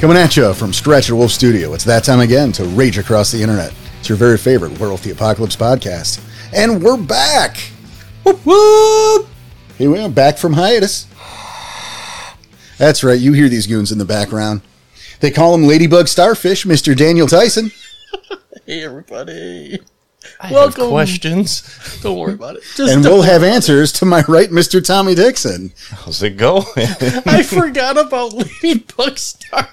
Coming at you from Stretch at Wolf Studio, it's that time again to rage across the internet. It's your very favorite Werewolf the Apocalypse podcast. And we're back! Whoop, whoop. Here we are, back from hiatus. That's right, you hear these goons in the background. They call him Ladybug Starfish, Mr. Daniel Tyson. Hey everybody! I Welcome. have questions. Don't worry about it. Just And we'll have answers to my right, Mr. Tommy Dixon. How's it going? I, I forgot about Ladybug Star.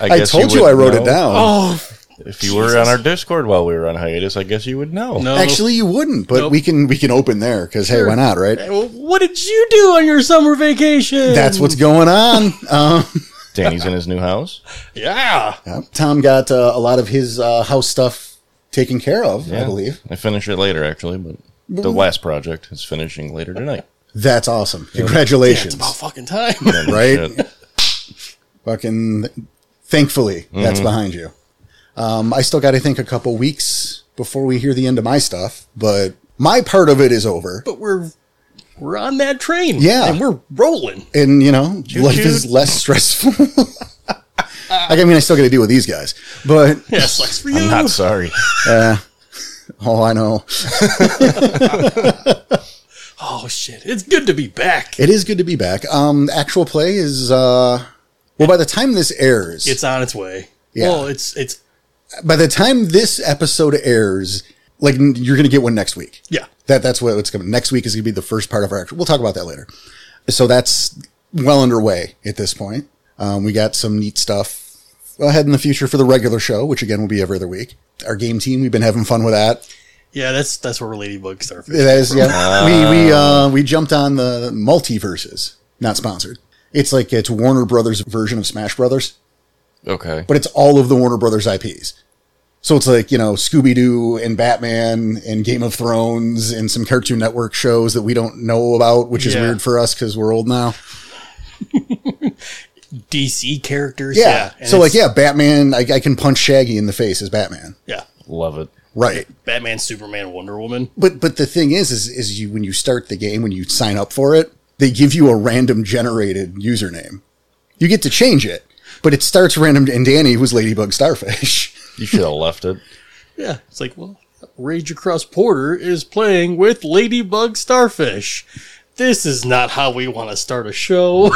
I guess told you, would I wrote know. it down. Oh, If you were on our Discord while we were on hiatus, I guess you would know. No. Actually, you wouldn't, but Nope. we can we can open there because hey, why not, right? well, what did you do on your summer vacation? That's what's going on. Um, Danny's in his new house. yeah. yeah, Tom got uh, a lot of his uh, house stuff taken care of, I Yeah. believe. Mm-hmm. I finish it later, actually, but the last project is finishing later tonight. That's awesome. It's Congratulations. about fucking time. right? Shit. Fucking thankfully, that's behind you. Um, I still got, I think, a couple weeks before we hear the end of my stuff, but my part of it is over. but we're we're on that train. Yeah. and we're rolling. and you know life is choo. less stressful like i mean i still got to deal with these guys but Yeah, sucks for you. I'm not sorry. oh i know oh shit! It's good to be back. it is good to be back um actual play is uh well by the time this airs It's on its way. Yeah. Well, it's it's by the time this episode airs like n- you're gonna get one next week yeah. that that's what it's coming next week is gonna be the first part of our actual we'll talk about that later so that's well underway at this point um, we got some neat stuff ahead in the future for the regular show which again will be every other week our game team we've been having fun with that Yeah, that's that's where Ladybug Starfish. That is, yeah. we we uh, we jumped on the multiverses. Not sponsored. It's like it's Warner Brothers version of Smash Brothers, Okay. but it's all of the Warner Brothers IPs. So it's like you know Scooby Doo and Batman and Game of Thrones and some Cartoon Network shows that we don't know about, which is Yeah. weird for us because we're old now. DC characters. Yeah. and so like it's- yeah, Batman. I, I can punch Shaggy in the face as Batman. yeah. Love it. Right. Batman, Superman, Wonder Woman. But but the thing is, is is you when you start the game, when you sign up for it, they give you a random generated username. You get to change it, but it starts random. And Danny was Ladybug Starfish. You should have left it. Yeah, it's like, well, Rage Across Porter is playing with Ladybug Starfish. This is not how we want to start a show,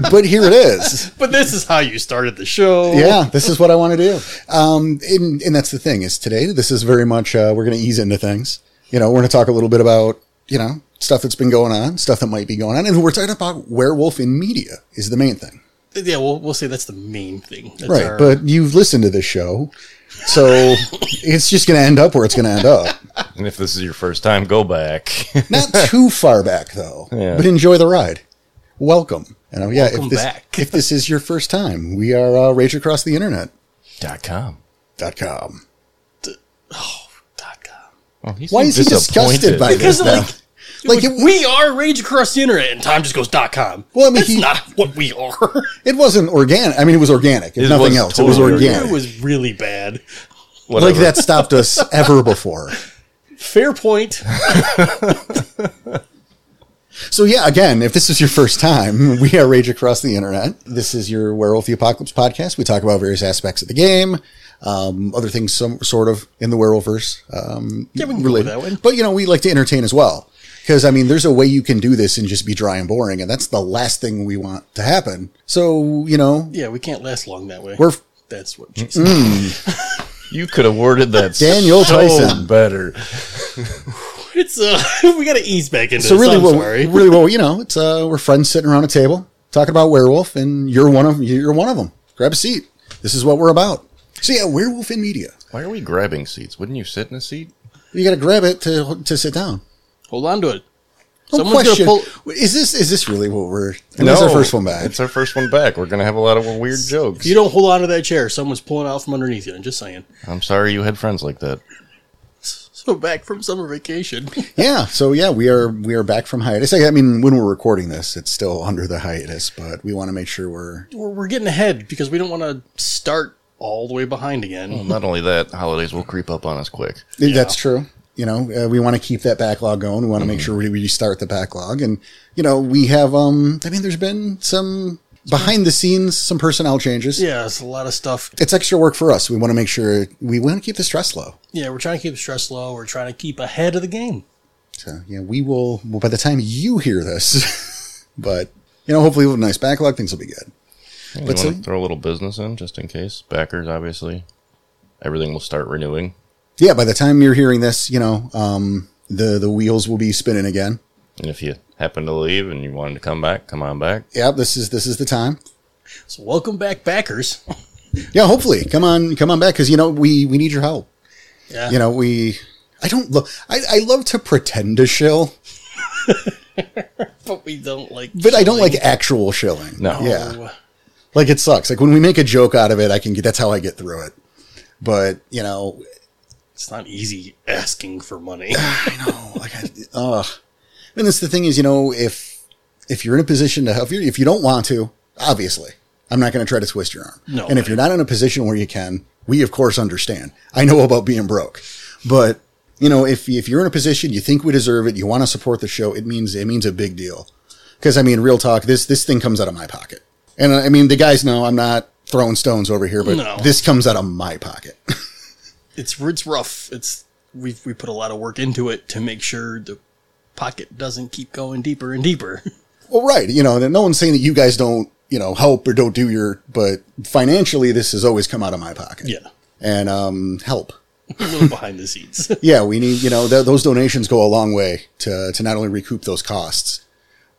but here it is. but this is how you started the show. Yeah, this is what I want to do. Um, and and that's the thing is today. This is very much uh, we're going to ease into things. You know, we're going to talk a little bit about you know stuff that's been going on, stuff that might be going on, and we're talking about werewolf in media is the main thing. yeah. We'll, we'll say that's the main thing. That's Right, our- but you've listened to this show, so it's just going to end up where it's going to end up. And if this is your first time, go back. Not too far back though, Yeah. but enjoy the ride. Welcome. You know, yeah, Welcome if this back. if this is your first time, we are uh, Rage Across the Internet Dot com. dot com. dot com. Oh, he's Why is he disgusted by Because, this? now? like, like it, we are Rage Across the Internet, and Tom just goes dot com. Well, I mean, that's he- not what we are. it wasn't organic. I mean, it was organic. If It nothing was else, it was totally organic. it was really bad. like that stopped us ever before. Fair point. So yeah, again, if this is your first time, we are Rage Across the Internet. This is your Werewolf the Apocalypse podcast. We talk about various aspects of the game, um, other things, some sort of in the werewolfverse. Um, yeah, we can go with that one. But you know, we like to entertain as well because I mean, there's a way you can do this and just be dry and boring, and that's the last thing we want to happen. So you know, Yeah, we can't last long that way. we're that's what she said. You could have worded that Daniel so Tyson. better. It's uh, we gotta ease back into. so this. really, I'm what, sorry. really, well, you know, it's uh, we're friends sitting around a table talking about werewolf, and you're one of you're one of them. Grab a seat. This is what we're about. So yeah, werewolf in media. Why are we grabbing seats? Wouldn't you sit in a seat? You got to grab it to to sit down. Hold on to it. No Someone's gonna question. pull- Is this is this really what we're? I mean, this is our first one back. It's our first one back. We're gonna have a lot of weird jokes. If you don't hold on to that chair, someone's pulling out from underneath you. I'm just saying. I'm sorry you had friends like that. So back from summer vacation. Yeah. So yeah, we are we are back from hiatus. I mean, when we're recording this, it's still under the hiatus, but we want to make sure we're We're, we're getting ahead because we don't want to start all the way behind again. Not only that, holidays will creep up on us quick. That's true. You know, uh, we want to keep that backlog going. We want to make sure we restart the backlog, and you know, we have. um I mean, there's been some behind the scenes, some personnel changes. Yeah, it's a lot of stuff. It's extra work for us. We want to make sure we want to keep the stress low. Yeah, we're trying to keep stress low. We're trying to keep ahead of the game. So yeah, we will. Well, by the time you hear this, but you know, hopefully with a nice backlog, things will be good. You But want so- to throw a little business in just in case. Backers, obviously. Everything will start renewing. Yeah, by the time you're hearing this, you know, um, the the wheels will be spinning again. And if you happen to leave and you wanted to come back, come on back. Yep, this is this is the time. So welcome back, backers. Yeah, hopefully, come on, come on back because you know we we need your help. Yeah, You know, we. I don't love. I, I love to pretend to shill, but we don't like. but I don't like actual shilling. No. Yeah. Like it sucks. Like when we make a joke out of it, I can get. That's how I get through it. But you know, it's not easy asking for money. Oh, like I, ugh. And that's the thing is, you know, if if you're in a position to help, if you if you don't want to, obviously, I'm not going to try to twist your arm. No. And if you're not in a position where you can, we of course understand. I know about being broke, but you know, if if you're in a position you think we deserve it, you want to support the show, it means it means a big deal. Because I mean, real talk, this this thing comes out of my pocket, and I mean, the guys know I'm not throwing stones over here, but No. this comes out of my pocket. it's it's rough. It's we we put a lot of work into it to make sure the pocket doesn't keep going deeper and deeper. Well, right. You know, and no one's saying that you guys don't, you know, help or don't do your, but financially, this has always come out of my pocket. Yeah. And, um, help. a little behind the scenes. Yeah. We need, you know, th- those donations go a long way to, to not only recoup those costs,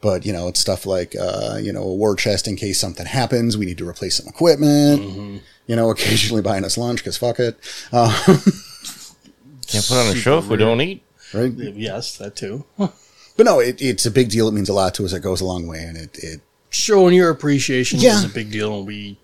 but, you know, it's stuff like, uh, you know, a war chest in case something happens. We need to replace some equipment, you know, occasionally buying us lunch because fuck it. Can't put on a show if we don't eat. Right. yes, that too. But no, it, it's a big deal. It means a lot to us. It goes a long way and it, it Showing your appreciation Yeah. is a big deal, and we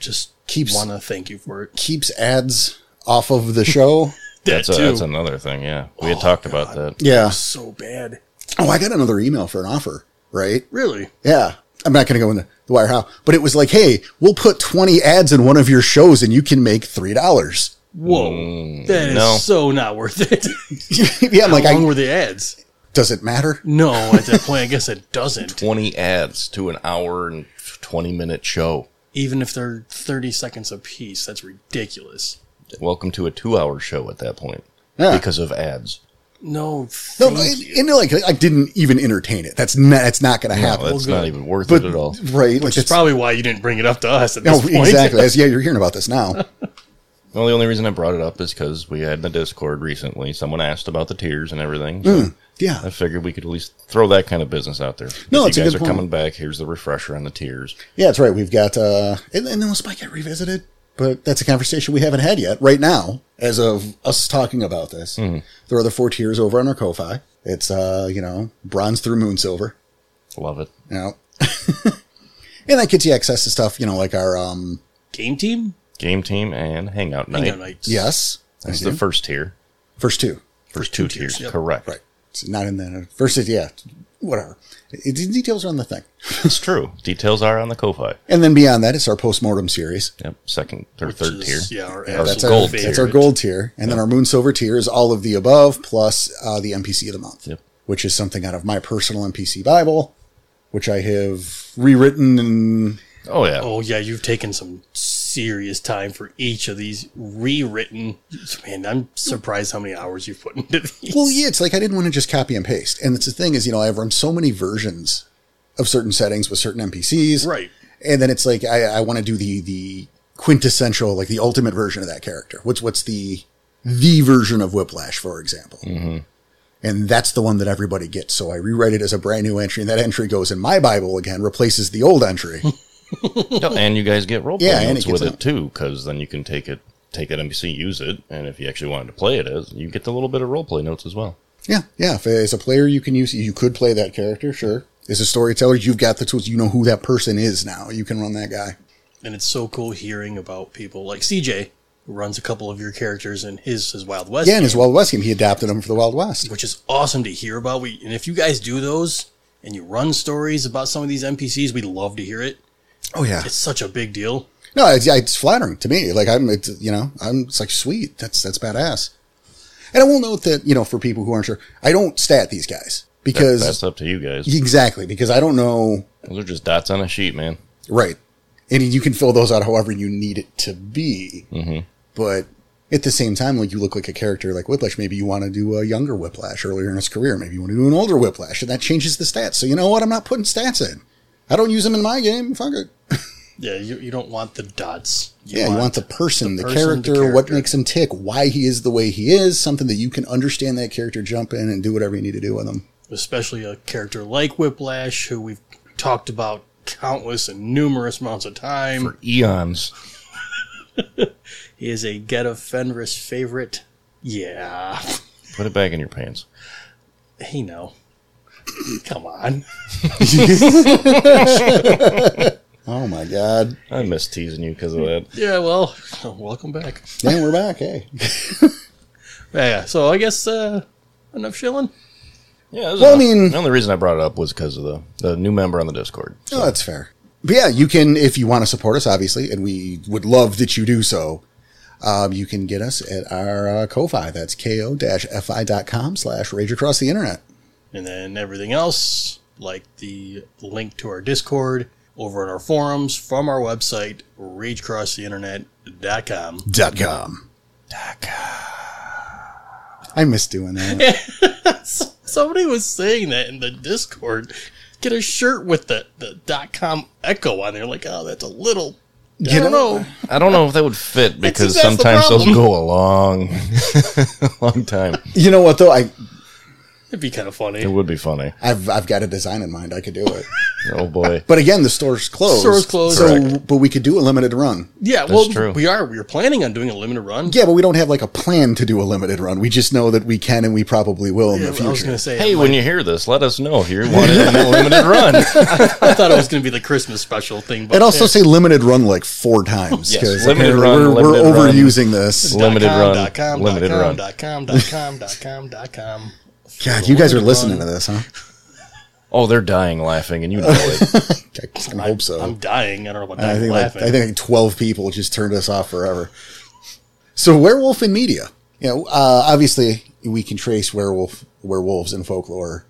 just Keeps- want to thank you for it. keeps ads off of the show. That That's, a, too. that's another thing, yeah. We had talked about that. Oh, yeah. so bad. Oh, I got another email for an offer, right? Really? Yeah. I'm not going to go into the wire how, but it was like, hey, we'll put 20 ads in one of your shows and you can make $3. Whoa. that is Mm, no. so not worth it. yeah. I'm like, How long Mm-hmm. I, were the ads? does it matter? No, at that point, I guess it doesn't. 20 ads to an hour and 20 minute show. Even if they're 30 seconds apiece, that's ridiculous. Welcome to a two hour show at that point Yeah. because of ads. No, No, thank no, and, you. and like, I didn't even entertain it. That's not, that's not going to No, happen. that's good. not even worth but, it at all. right. Like, Which is that's, probably why you didn't bring it up to us at no, this point. exactly. That's- yeah. You're hearing about this now. Well, the only reason I brought it up is because we had in the Discord recently. Someone asked about the tiers and everything. So Hmm. I Yeah. figured we could at least throw that kind of business out there. No, if it's a you guys good are point. coming back. Here's the refresher on the tiers. Yeah. That's right. We've got, uh, and, and then will Spike get revisited? But that's a conversation we haven't had yet right now as of us talking about this. There are the four tiers over on our Ko-Fi. It's, uh, you know, bronze through moon silver. Love it. you know. and that gets you access to stuff, you know, like our um Game team? Game team and hangout night. Hang on, I- yes, That's I the do. first tier. first two, First two, tiers, tiers. yep. Correct. right? It's not in the first, yeah, whatever. It, the details are on the thing, It's true. Details are on the Ko-Fi. and then beyond that, it's our postmortem series. Yep. Second or Which third is, tier. Yeah, our Yeah, That's absolute our gold favorite. that's our gold tier, and then our moon silver tier is all of the above plus uh, the NPC of the month, Yep. which is something out of my personal NPC Bible, which I have rewritten and Oh yeah. Oh yeah, you've taken some serious time for each of these rewritten. Man, I'm surprised how many hours you've put into these. Well, yeah, it's like I didn't want to just copy and paste. And it's the thing is, you know, I've run so many versions of certain settings with certain NPCs. Right. And then it's like I, I want to do the the quintessential, like the ultimate version of that character. What's what's the the version of Whiplash, for example. And that's the one that everybody gets. So I rewrite it as a brand new entry, and that entry goes in my Bible again, replaces the old entry. No, and you guys get role Yeah, playing and notes it gets with out. it too, because then you can take it, take that NPC, use it, and if you actually wanted to play it as, you get the little bit of role play notes as well. yeah, yeah. If as a player, you can use you could play that character, sure. As a storyteller, you've got the tools. You know who that person is now. You can run that guy. And it's so cool hearing about people like CJ, who runs a couple of your characters in his his Wild West. Yeah, in his game, Wild West game, he adapted them for the Wild West. which is awesome to hear about. We and if you guys do those and you run stories about some of these NPCs, we love to hear it. Oh yeah, It's such a big deal. no, it's, yeah, it's flattering to me. Like I'm, it's, you know, I'm it's like sweet. That's that's badass. And I will note that you know, for people who aren't sure, I don't stat these guys That, because that's up to you guys. exactly because I don't know. Those are just dots on a sheet, man. Right. And you can fill those out however you need it to be. Mm-hmm. But at the same time, like you look like a character like Whiplash. Maybe you want to do a younger Whiplash earlier in his career. Maybe you want to do an older Whiplash, and that changes the stats. So you know what? I'm not putting stats in. I don't use them in my game. Fuck it. Yeah, you, you don't want the dots. yeah, you want the person, the, person, the character, what character. makes him tick, why he is the way he is, something that you can understand that character, jump in and do whatever you need to do with him. especially a character like Whiplash, who we've talked about countless and numerous amounts of time. For eons. He is a Get of Fenris favorite. Yeah, Put it back in your pants. he know. Come on. Oh my god. I miss teasing you because of that. Yeah, well, welcome back. And we're back, hey. Yeah, so I guess uh, enough shilling. Yeah, that was Well, I enough. mean- the only reason I brought it up was because of the, the new member on the Discord. Oh, that's fair. But yeah, you can, if you want to support us, obviously, and we would love that you do so, um, you can get us at our uh, Ko-Fi. That's ko-fi.com slash rage across the internet. And then everything else, like the link to our Discord over at our forums from our website, ragecrosstheinternet.com. Dot com. I miss doing that. Somebody was saying that in the Discord. Get a shirt with the, the dot com echo on there. Like, oh, that's a little. I don't know. I don't know if that would fit because that's the sometimes those problem. go a long, long time. You know what though? I, It'd be kind of funny. It would be funny. I've, I've got a design in mind. I could do it. Oh boy. But again, the store's closed. Store's closed. So, but we could do a limited run. yeah, well, true. we are. We are planning on doing a limited run. Yeah, but we don't have like a plan to do a limited run. We just know that we can and we probably will in the I was future. going to say, Hey, when you hear this, let us know if you want it in a limited run. I thought it was going to be the Christmas special thing, but And also say limited run like four times Yes, because limited apparently run, we're, we're limited run. overusing this. Lim- limited com, run, dot com, limited dot com, Dot com, run. dot com, dot com, dot com. God, you guys are Limited listening run. to this, huh? Oh, they're dying laughing, and you know it. I fucking hope so. I'm dying. I don't know about I dying think like, laughing. I think like twelve people just turned us off forever. So werewolf in media, you know, uh, obviously we can trace werewolf werewolves in folklore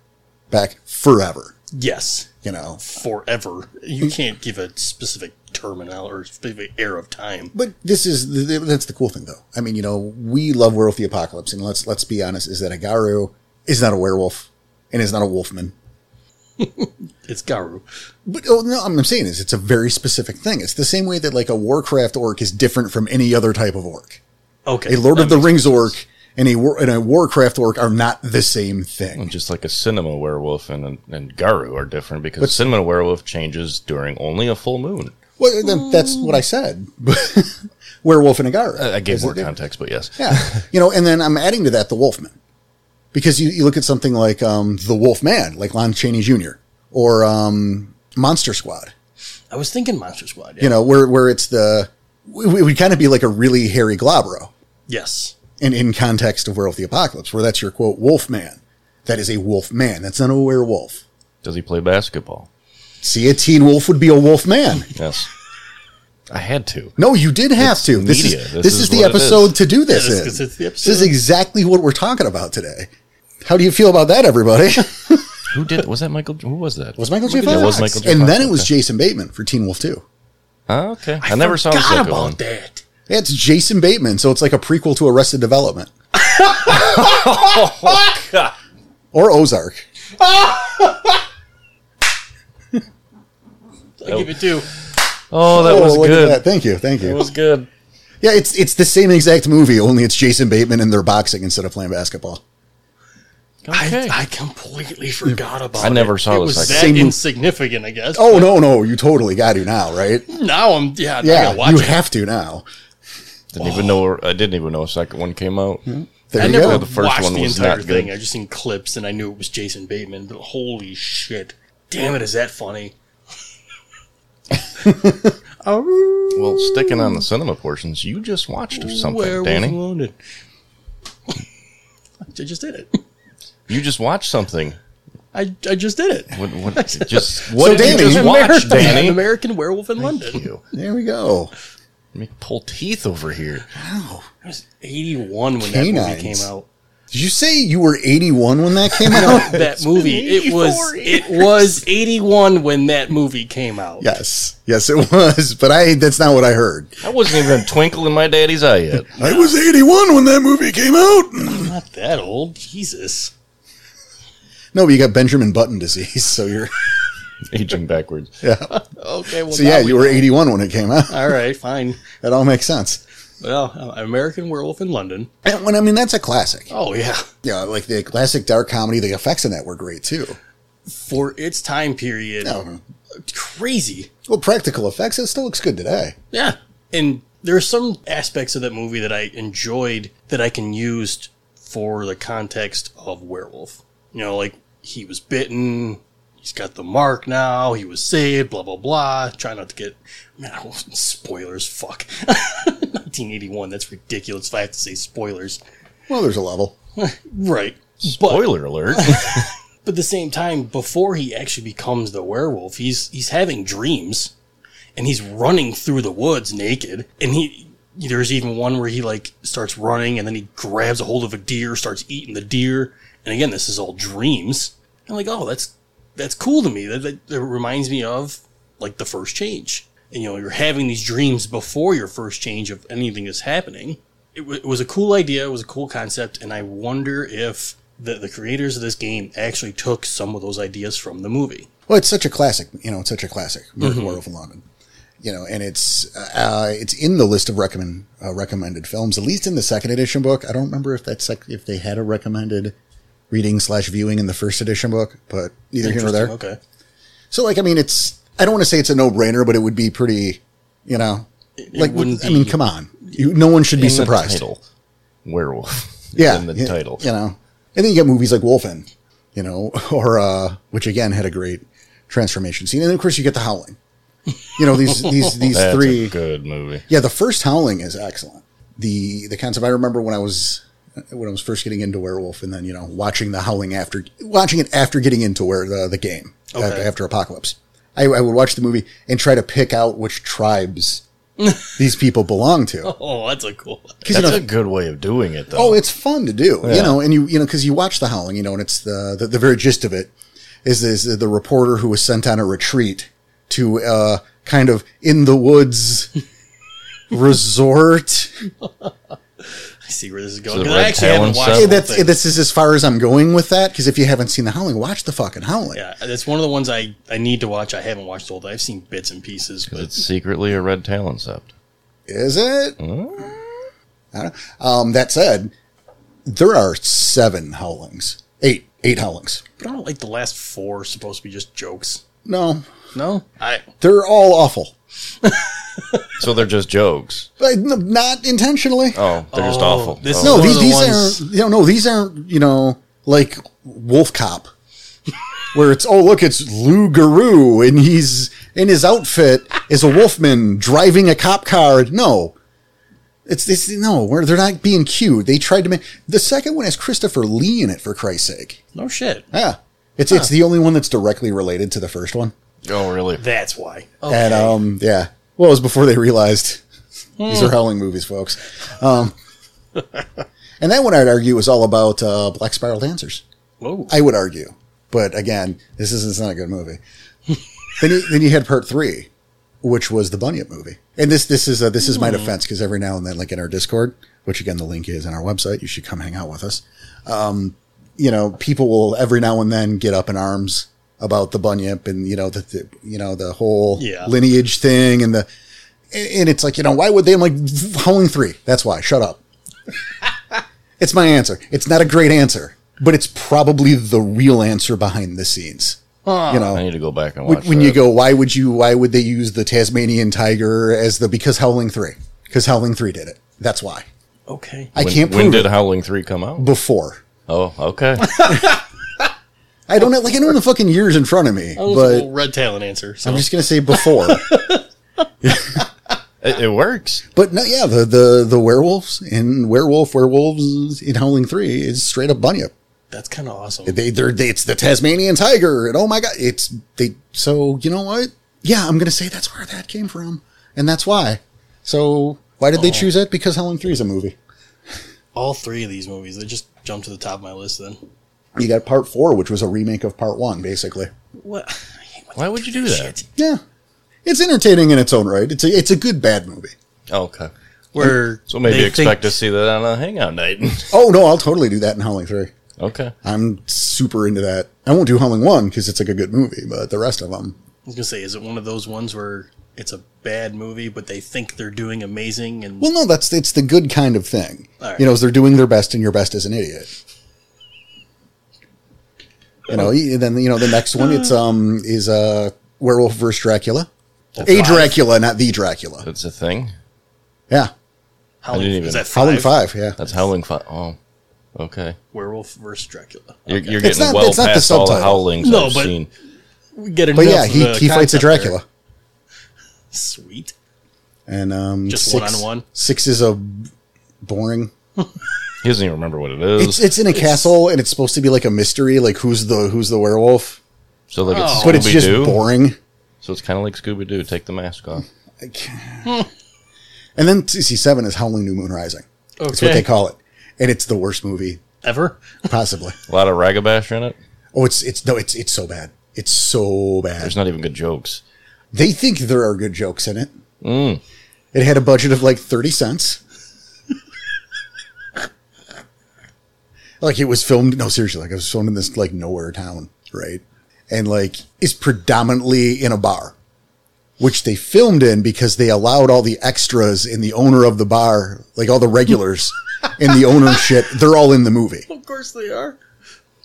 back forever. yes, You know, forever. You can't give a specific terminal or specific era of time. But this is the- the, that's the cool thing, though. I mean, you know, we love Werewolf the Apocalypse, and let's let's be honest: is that Agaru is not a werewolf and is not a wolfman. It's Garu. But oh no, I'm saying is it's a very specific thing. It's the same way that like a Warcraft orc is different from any other type of orc. Okay, A Lord that of the makes- Rings orc and a war, and a Warcraft orc are not the same Mm. thing. Just like a cinema werewolf and and Garu are different because cinema werewolf changes during only a full moon. Well, th- that's what I said. Werewolf and Agaru. I gave Is it more different? context, but yes. Yeah. you know, and then I'm adding to that the Wolfman. Because you, you look at something like um, The Wolfman, like Lon Chaney Jr., or um, Monster Squad, I was thinking Monster Squad. Yeah. you know, where, where it's the. It would kind of be like a really hairy globro Yes. and in context of Werewolf the Apocalypse, where that's your quote, Wolfman. That is a Wolfman. That's not a werewolf. Does he play basketball? See, a teen wolf would be a wolfman. Yes. I had to. No, you did have It's to. This media. is this, This is, is the what it episode is. to do this. Yeah, this- in. 'cause it's the this is episode. exactly what we're talking about today. How do you feel about that, everybody? Who did? Was that Michael? Who was that? Was Michael J. J. Fox? It was Michael J. And Fox, then it was Jason Bateman for Teen Wolf 2. Oh, okay. I, never saw the Forgot second about one. that. Yeah, it's Jason Bateman, so it's like a prequel to Arrested Development. Or Ozark. I give it two. Oh, that was look at good. that. Thank you, thank It you. was good. Yeah, it's it's the same exact movie, only it's Jason Bateman and they're boxing instead of playing basketball. Okay. I, I completely forgot about. I never it. saw it the was second that Same- insignificant. I guess. Oh no, no, you totally got to now, right? now I'm yeah. Yeah, I Yeah, gotta watch you it. have to now. didn't even know. I didn't even know a second one came out. There I you never go. the first watched one the was entire not good. thing. I just seen clips and I knew it was Jason Bateman. But holy shit! Damn it, is that funny? oh, Well, sticking on the cinema portions, you just watched something, where was Danny. London? I just did it. You just watched something. I, I just did it. What? what just what did Danny- you just watch, American, An Danny? American Werewolf in London. You There we go. make pull teeth over here. I was 81 when that Canines. movie came out. Did you say you were 81 when that came out? that movie. It was 84 it was 81 when that movie came out. Yes, yes, it was. But I that's not what I heard. I wasn't even a twinkle in my daddy's eye yet. I was 81 when that movie came out. Not that old. Jesus. No, but you got Benjamin Button disease, so you're Aging backwards. yeah. Okay, well So yeah, now we you were know. 81 when it came out. All right, fine. That all makes sense. Well, uh, American Werewolf in London. And when I mean that's a classic. Oh yeah. Yeah, like the classic dark comedy. The effects in that were great too. For its time period. Mhm. Crazy. Well, practical effects. It still looks good today. Yeah. And there are some aspects of that movie that I enjoyed that I can use for the context of werewolf. You know, like he was bitten, he's got the mark now, he was saved, blah blah blah. Try not to get man, I won't- spoilers, fuck. 1981, that's ridiculous if I have to say spoilers. Well, there's a level. Right. But Spoiler alert. but at the same time, before he actually becomes the werewolf, he's he's having dreams, and he's running through the woods naked. And he there's even one where he like starts running, and then he grabs a hold of a deer, starts eating the deer. And again, this is all dreams. And like, oh, that's that's cool to me. That, that, that reminds me of like the first change. And you know, you're having these dreams before your first change of anything is happening. It, w- it was a cool idea. It was a cool concept, and I wonder if the, the creators of this game actually took some of those ideas from the movie. Well, it's such a classic. You know, it's such a classic. Mm-hmm. American Werewolf in London. You know, and it's uh, it's in the list of recommend uh, recommended films, at least in the second edition book. I don't remember if that's like if they had a recommended reading slash viewing in the first edition book, but neither here nor there. Interesting, Okay. So, like, I mean, it's I don't want to say it's a no brainer, but it would be pretty. You know, like wouldn't I mean, be- come on, you, no one should be surprised. The title. Werewolf. yeah, In the yeah, title. You know, and then you get movies like Wolfen, you know, or uh, which again had a great transformation scene, and then of course you get the Howling. You know these these these That's three. a good movie. Yeah, the first Howling is excellent. The the concept I remember when I was when I was first getting into Werewolf, and then you know watching the Howling after watching it after getting into where the the game Okay. after, after Apocalypse. I, I would watch the movie and try to pick out which tribes these people belong to. Oh, that's a cool. one. Because That's you know, a good way of doing it, though. Oh, it's fun to do, you know, and you, you know, cause you watch the howling, you know, and it's the, the, the very gist of it is, is the reporter who was sent on a retreat to, uh, kind of in the woods resort. I see where this is going. the 'Cause I Red actually haven't Talons watched stuff? Hey, the whole that's, thing. this is as far as I'm going with that. Cause if you haven't seen the howling, watch the fucking howling. Yeah, that's one of the ones I, I need to watch. I haven't watched the whole. thing. I've seen bits and pieces, but it's secretly a Red Talon sept. Is it? Mm. I don't know. Um, that said, there are seven howlings, eight, eight howlings. but I don't like the last four. Supposed to be just jokes. No, No, I they're all awful. So they're just jokes. Like, n- Not intentionally. Oh, they're just Oh, awful. this oh. is No, one these, of the these ones- aren't. You know, no, these aren't. You know, like Wolf Cop, where it's oh look, it's Lou Garou, and he's in his outfit is a wolfman driving a cop car. No, it's this. No, where they're not being cute. They tried to make the second one has Christopher Lee in it for Christ's sake. no shit. Yeah, it's it's the only one that's directly related to the first one. oh, really? That's why. And um, yeah, well, it was before they realized these are howling movies, folks. Um, and that one I'd argue is all about uh, black spiral dancers. Whoa. I would argue, but again, this isn't it's not a good movie. then you, then you had part three, which was the Bunyip movie, and this this is uh, this is my defense because every now and then, like in our Discord, which again the link is on our website, you should come hang out with us. Um, you know, people will every now and then get up in arms about the Bunyip and you know the, the you know the whole Yeah. lineage thing and the and and it's like you know why would they? I'm like Howling Three. That's why. Shut up. It's my answer. It's not a great answer, but it's probably the real answer behind the scenes. you I know, need to go back and Oh. when, watch when that. you go, why would you? Why would they use the Tasmanian tiger as the because Howling Three? Because Howling Three did it. That's why Okay. I When, can't when prove did it Howling 3 come out? before. Oh, okay. I don't know, like I don't know the fucking years in front of me, That was a but little red talon answer. So I'm just gonna say before. it, it works. but no, yeah, the the the werewolves in werewolf werewolves in Howling Three is straight up bunyip. that's kind of awesome. they they're they, it's the Tasmanian tiger and oh my god it's they so you know what yeah I'm gonna say that's where that came from and that's why so why did they choose it because Howling Three is a movie all three of these movies. They just jumped to the top of my list. Then You got part four, which was a remake of part one, basically. what? I hate when Why they would you do that? Yeah, it's entertaining in its own right. It's a it's a good bad movie. Oh, okay. Where So maybe they expect think- to see that on a hangout night. Oh no, I'll totally do that in Howling Three. okay. I'm super into that. I won't do Howling One because it's like a good movie, but the rest of them, I was gonna say, is it one of those ones where it's a bad movie, but they think they're doing amazing and Well, no, that's it's the good kind of thing. All right. You know, is they're doing their best, and your best is an idiot. You know, y- then you know the next one. It's um is uh werewolf versus Dracula, a five. Dracula, not the Dracula. That's a thing. Yeah, Howling, I didn't is even- that five? Howling Five. Yeah, That's Howling Five. Oh, okay. Werewolf versus Dracula. You're, you're It's getting not- well it's not the past all the subtitle. howlings No, I've but- seen. We get but enough yeah, of he the he fights a concept there. Dracula, Sweet. and um Just six- one-on-one? Six is a boring. He doesn't even remember what it is. It's it's in a castle, and it's supposed to be like a mystery, like who's the who's the werewolf, so like it's Oh. Scooby but it's just Doo. boring. So it's kind of like Scooby Doo. Take the mask off. And then CC seven is Howling New Moon Rising. Okay. That's what they call it, and it's the worst movie Ever? possibly. A lot of ragabash in it. Oh, it's it's no, it's it's so bad. It's so bad. There's not even good jokes. They think there are good jokes in it. It had a budget of like thirty cents. like it was filmed. No, seriously, like it was filmed in this like nowhere town, right? And like is predominantly in a bar, which they filmed in because they allowed all the extras and the owner of the bar, like all the regulars and the owner shit, they're all in the movie, Of course they are.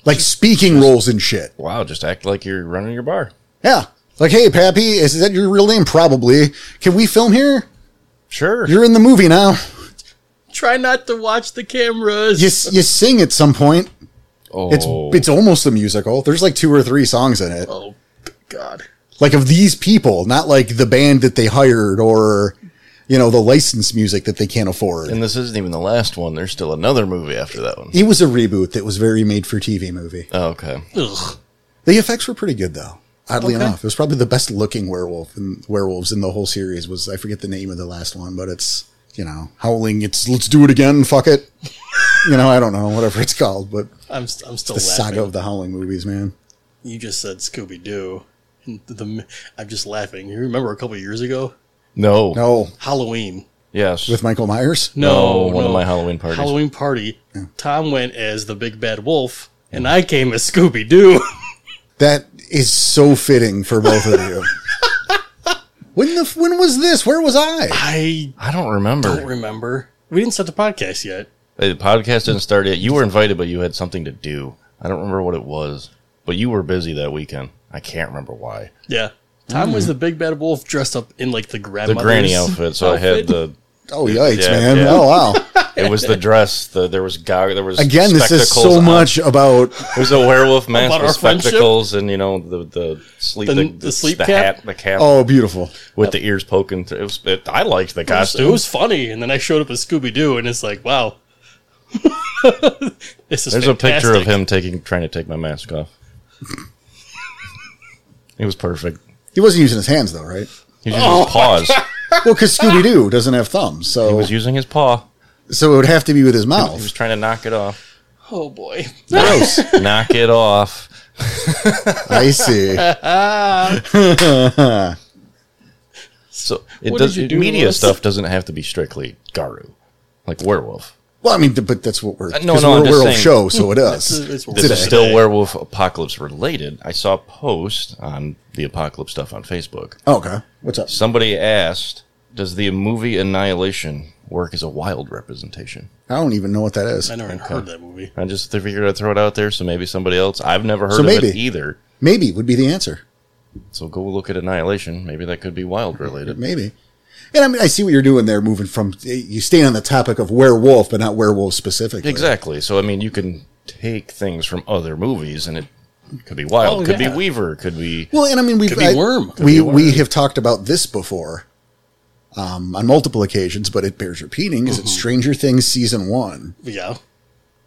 like speaking roles and shit. Wow, just act like you're running your bar. Yeah. Like, hey, Pappy, is that your real name? Probably. Can we film here? Sure. You're in the movie now. Try not to watch the cameras. You, s- you sing at some point. oh, It's it's almost a musical. There's like two or three songs in it, Oh God. like of these people, not like the band that they hired or you know the licensed music that they can't afford. and this isn't even the last one. There's still another movie after that one. it was a reboot that was very made for TV movie. Oh, okay. Ugh. The effects were pretty good though. Oddly Okay. enough, it was probably the best looking werewolf and werewolves in the whole series. Was I forget the name of the last one, but it's you know howling. It's let's do it again. Fuck it. you know I don't know whatever it's called, but I'm st- I'm still the laughing. saga of the howling movies, man. You just said Scooby Doo. The I'm just laughing. You remember a couple years ago, No. No, Halloween. Yes. with Oh, Michael Myers. No, one of my Halloween parties. Halloween party. Tom went as the big bad wolf, and I came as Scooby Doo. That is so fitting for both of you. when the f- when was this? Where was I? I I don't remember. don't remember. We didn't start the podcast yet. Hey, the podcast didn't start yet. You were invited, but you had something to do. I don't remember what it was, but you were busy that weekend. I can't remember why. Yeah. Tom was the big bad wolf dressed up in like the Hmm. The grandmother's granny outfit. So I had the. Oh yikes, Yeah, man! yeah. Oh wow. It was the dress. The there was gog. There was Again, this is spectacles so on. much about It was a werewolf mask About with our friendship? spectacles and you know the the sleep The- the, the sleep the cap? hat the cap oh beautiful. with the ears poking through. It was, it, I liked the It was, costume. it was funny, and then I showed up as Scooby Doo, and it's like, wow. this is There's a picture fantastic. of him taking trying to take my mask off. it was perfect. He wasn't using his hands though, right? He was using Oh his paws. Well, because Scooby Doo doesn't have thumbs, He so was using his paw. so it would have to be with his He was mouth. trying to knock it off. Oh boy. Gross. knock it off. I see. So it What does did you do to media us? stuff doesn't have to be strictly Garu, like werewolf. Well, I mean, but that's what we're. Uh, no, 'cause no, we're I'm a just werewolf saying- show, so it is. That's- that's what This Today. is still werewolf apocalypse related. I saw a post on the apocalypse stuff on Facebook. Oh, okay, what's up? Somebody asked, "Does the movie Annihilation work as a wild representation?" I don't even know what that is. I never even heard that movie. I just figured I'd throw it out there, so maybe somebody else. I've never heard So of it maybe. either. Maybe would be the answer. So go look at Annihilation. Maybe that could be wild related. Maybe. And I mean, I see what you're doing there, moving from you staying on the topic of werewolf, but not werewolf specifically. Exactly. So I mean, you can take things from other movies, and it could be Wild, Oh, could yeah. be Weaver, could be Well, and I mean, we've Could be I- worm. Could We be worm. we have talked about this before um, on multiple occasions, but it bears repeating. Is it Mm-hmm. Stranger Things season one? Yeah.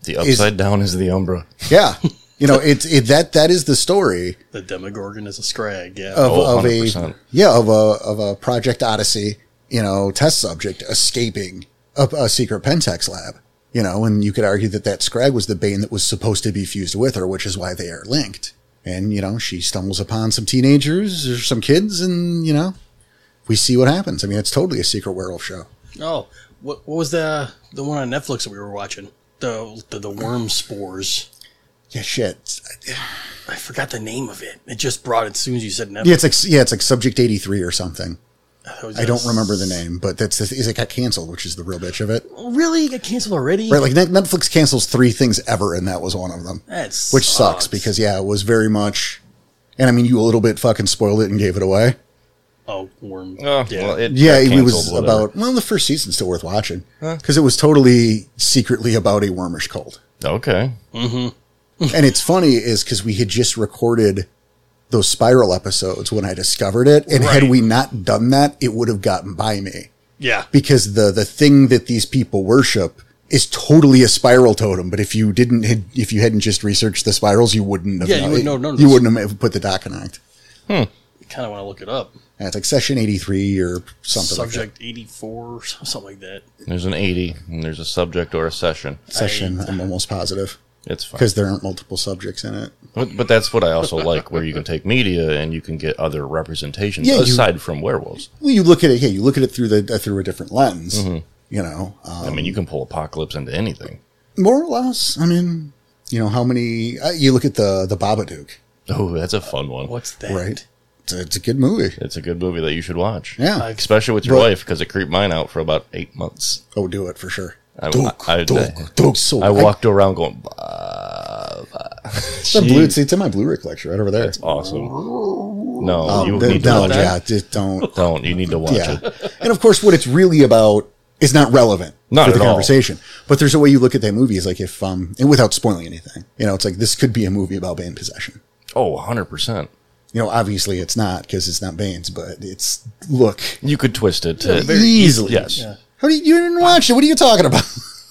the Upside Down is the Umbra. Yeah, you know, it's it that that is the story The Demogorgon is a scrag. Yeah. of, Oh, of a 100%. yeah of a of a Project Odyssey, you know, test subject escaping a, a secret Pentax lab. You know, and you could argue that that Scrag was the Bane that was supposed to be fused with her, which is why they are linked. And, you know, she stumbles upon some teenagers or some kids, and, you know, we see what happens. I mean, it's totally a secret werewolf show. Oh, what what was the the one on Netflix that we were watching? The the, the worm spores. Yeah, shit. I forgot the name of it. It just brought it as soon as you said Netflix. Yeah, it's like, yeah, it's like Subject 83 or something. That was I don't us. remember the name, but that's the th- is it got canceled, which is the real bitch of it. Really, it got canceled already. Right, like Net- Netflix cancels three things ever, and that was one of them, That sucks. which sucks because yeah, it was very much. And I mean, you a little bit fucking spoiled it and gave it away. oh, worm. Oh, yeah. well, it Yeah, got it was canceled, whatever. about well, the first season's still worth watching because it was totally secretly about a wormish cult. Okay. and it's funny is because we had just recorded those spiral episodes when I discovered it, and had Right. we not done that, it would have gotten by me. yeah. because the the thing that these people worship is totally a spiral totem. But if you didn't, had- if you hadn't just researched the spirals, you wouldn't have. Yeah, you wouldn't have noticed. You wouldn't have put the doc on act. Kind of want to look it up. It's like session eighty three or something. Like Subject eighty four, something like that. There's an 80, and there's a subject or a session. that. Session. I'm almost positive It's fine. because there aren't multiple subjects in it. But, but that's what I also like, where you can take media and you can get other representations Yeah, you- aside from werewolves. Well, you look at it. Yeah, you look at it through the uh, through a different lens. Mm-hmm. You know, um, I mean, you can pull apocalypse into anything. more or less. I mean, you know how many? Uh, you look at the the Babadook, Oh, that's a fun one. What's that? right? It's a, it's a good movie. It's a good movie that you should watch. Yeah. I- Especially with your Right. wife, because it creeped mine out for about eight months. Oh, do it for sure. I- Dook, I- I- Dook, Dook. So I I- walked around going, bah, bah. It's on Blu- it's, it's in my Blu-ray collection right over there. awesome. No, Um, you the- need to no, watch it. yeah, just don't. Don't. You need to watch Yeah, it. and of course, what it's really about is not relevant Not for the at all. conversation. But there's a way you look at that movie. Is like if um, and without spoiling anything, you know, it's like this could be a movie about Bane possession. Oh, 100%. You know, obviously it's not because it's not Bane's, but it's look You could twist it to easily. Yes. How do you, you didn't watch it? What are you talking about?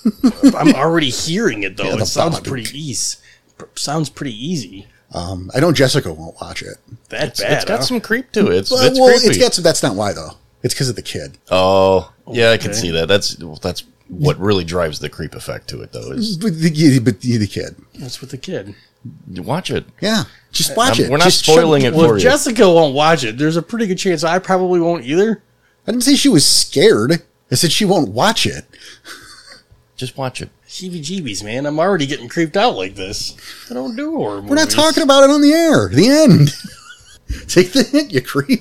I'm already hearing it though. the it sounds Babadook. pretty easy. Sounds pretty easy. Um, I know Jessica won't watch it. That bad. It's got huh? some creep to it. It's, But, it's well, creepy. it's got some. That's not why though. It's because of the kid. oh, yeah, I can Okay. see that. That's that's what really drives the creep effect to it, though. Is But the, but the, the kid. What's with the kid? watch it. Yeah, just watch I'm- it. Uh, um, we're not Just shut- spoiling it Well, for if you. Jessica won't watch it, there's a pretty good chance I probably won't either. I didn't say she was scared. I said she won't watch it. Just watch it. Heebie jeebies, man. I'm already getting creeped out like this. I don't do horror movies. We're not talking about it on the air. The end. Take the hint, you creep.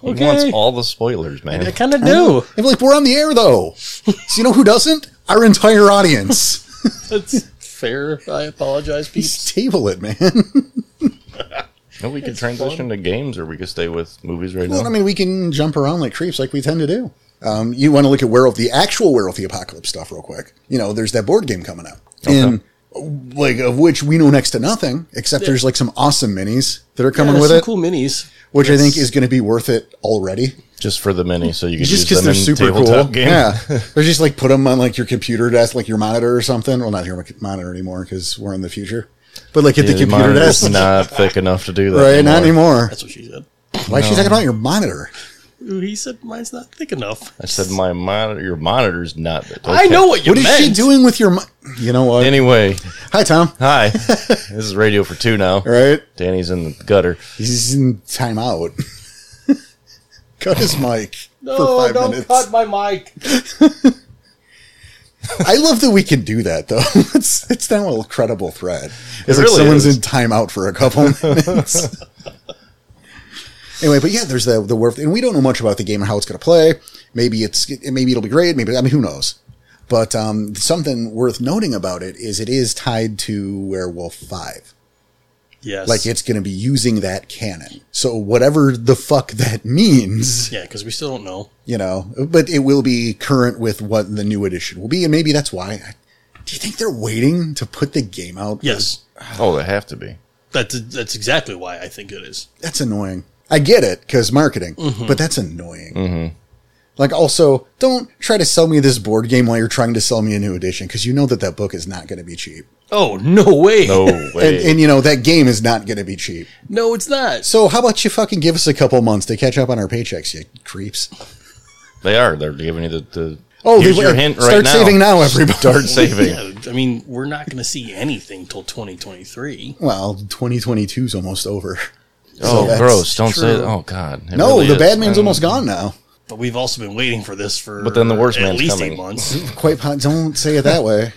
He wants Okay. all the spoilers, man. I kind of do. I'm like, we're on the air though. So you know who doesn't? Our entire audience. That's fair. I apologize, peeps. Table it, man. No, we could transition to games, or we could stay with movies right Well, I now. mean, we can jump around like creeps, like we tend to do. Um, you want to look at werewolf, the actual werewolf, the apocalypse stuff, real quick. You know, there's that board game coming out, and like of which we know next to nothing, except there's like some awesome minis that are coming Yeah, with some it, cool minis. which I think is going to be worth it already. just for the mini, so you can just just because use they're them in super tabletop cool. games. Yeah, or just like put them on like your computer desk, like your monitor or something. Well, not your monitor anymore because we're in the future. But like at the Yeah, computer mine is desk, not thick enough to do that. right? Not anymore. That's what she said. Why is she talking about your monitor? Ooh, he said mine's not thick enough. I said my monitor, your monitor's not. Okay. I know what you What is meant. she doing with your? Mo- you know what? Anyway, Hi, Tom. hi. this is radio for two now. All right, Danny's in the gutter. he's in timeout. cut his mic No, for 5 don't minutes. cut my mic. I love that we can do that though. it's it's now a credible threat. It's like really someone's is. in timeout for a couple minutes. anyway, but yeah, there's the the werewolf, and we don't know much about the game and how it's going to play. Maybe it's it- maybe it'll be great. Maybe I mean who knows. But um, something worth noting about it is it is tied to Werewolf Five. Yes. Like it's going to be using that canon. So whatever the fuck that means, Yeah, because we still don't know. you know, but it will be current with what the new edition will be, and maybe that's why. I, do you think they're waiting to put the game out? Yes. Oh, they have to be. That's, that's exactly why I think it is. that's annoying. I get it because marketing, Mm-hmm. but that's annoying. Like, also, don't try to sell me this board game while you're trying to sell me a new edition because you know that that book is not going to be cheap, Oh, no way. No and, way. and you know that game is not going to be cheap. No, it's not. So, how about you fucking give us a couple months to catch up on our paychecks, you creeps? they are. They're giving you the, the Oh, Here's they, your hint right start now. saving now, everybody. Start saving. Yeah, I mean, we're not going to see anything till 2023. Well, 2022 is almost over. So Oh, that's gross! Don't say. true. that. Oh God. It No, really the is. bad man's Um, almost gone now. But we've also been waiting for this for But then the worst at man's least coming. eight months. Quite po- don't say it that way.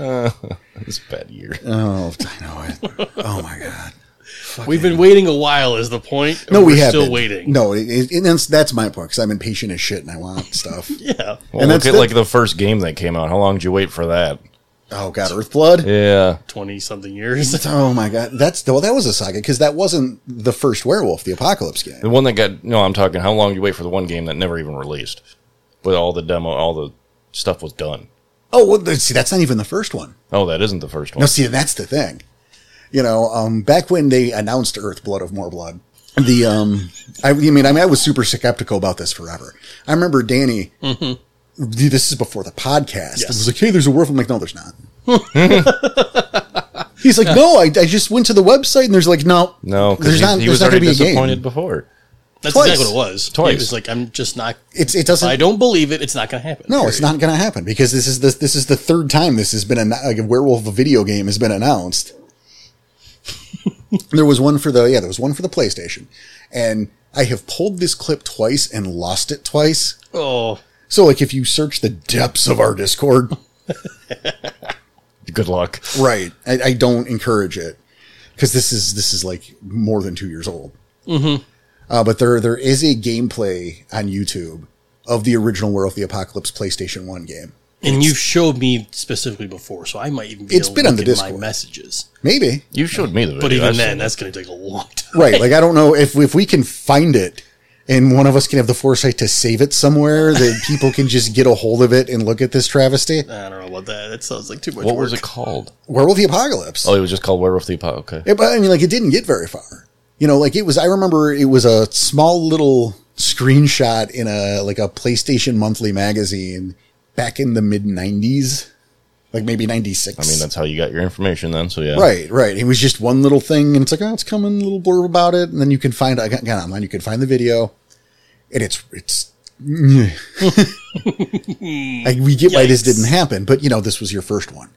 It's a bad year. oh, I know it. Oh my god. we've been waiting a while. Is the point? No, we We're have still been. waiting. No, it, it, and that's that's my point because I'm impatient as shit and I want stuff. Yeah, Well, And look that's at the- like the first game that came out. How long did you wait for that? oh god, Earthblood. Yeah. twenty something years. Oh my god, that's well, that was a saga because that wasn't the first Werewolf, the Apocalypse game. The one that got no, I'm talking how long did you wait for the one game that never even released, but all the demo, all the stuff was done. Oh, well, th- see, that's not even the first one. Oh, that isn't the first one. No, see, that's the thing. You know, um, back when they announced Earth Blood of More Blood, the um, I, I mean, I mean, I was super skeptical about this forever. I remember Danny. Dude, This is before the podcast. It Mm-hmm. Yes. was like, hey, there's a werewolf. I'm like, no, there's not. He's like, no, I, I just went to the website and there's like, no, No, there's because he, not. he there's was not already going to be a disappointed game. before. That's Twice. exactly what it was. Twice. It was like I'm just not. It's it doesn't. I don't believe it. It's not going to happen. No, it's not going to happen because this is the this is the third time this has been an, like a werewolf video game has been announced. there was one for the yeah, there was one for the PlayStation, and I have pulled this clip twice and lost it twice. Oh, So like if you search the depths of our Discord, Good luck. right? I, I don't encourage it because this is this is like more than two years old. Mm-hmm. Uh, but there there is a gameplay on YouTube of the original Werewolf the Apocalypse PlayStation One game. and you showed me specifically before, so I might even. Be It's able been to on look the at My Discord. messages, Maybe You showed me the video. but even I've then, seen that's going to take a long time. Right. Like I don't know if if we can find it and one of us can have the foresight to save it somewhere that people can just get a hold of it and look at this travesty. I don't know about that. That sounds like too much. it. What work. was it called? Werewolf the Apocalypse. Oh, it was just called Werewolf the Apo. Okay. Yeah, but I mean like it didn't get very far. You know, like it was I remember it was a small little screenshot in a like a PlayStation monthly magazine back in the mid 90s. Like maybe 96. I mean, that's how you got your information then. So yeah. Right, right. It was just one little thing, and it's like, oh, it's coming, little blurb about it, and then you can find I got, got online. You can find the video, and it's it's. like, we get why this Yikes. didn't happen, but you know this was your first one,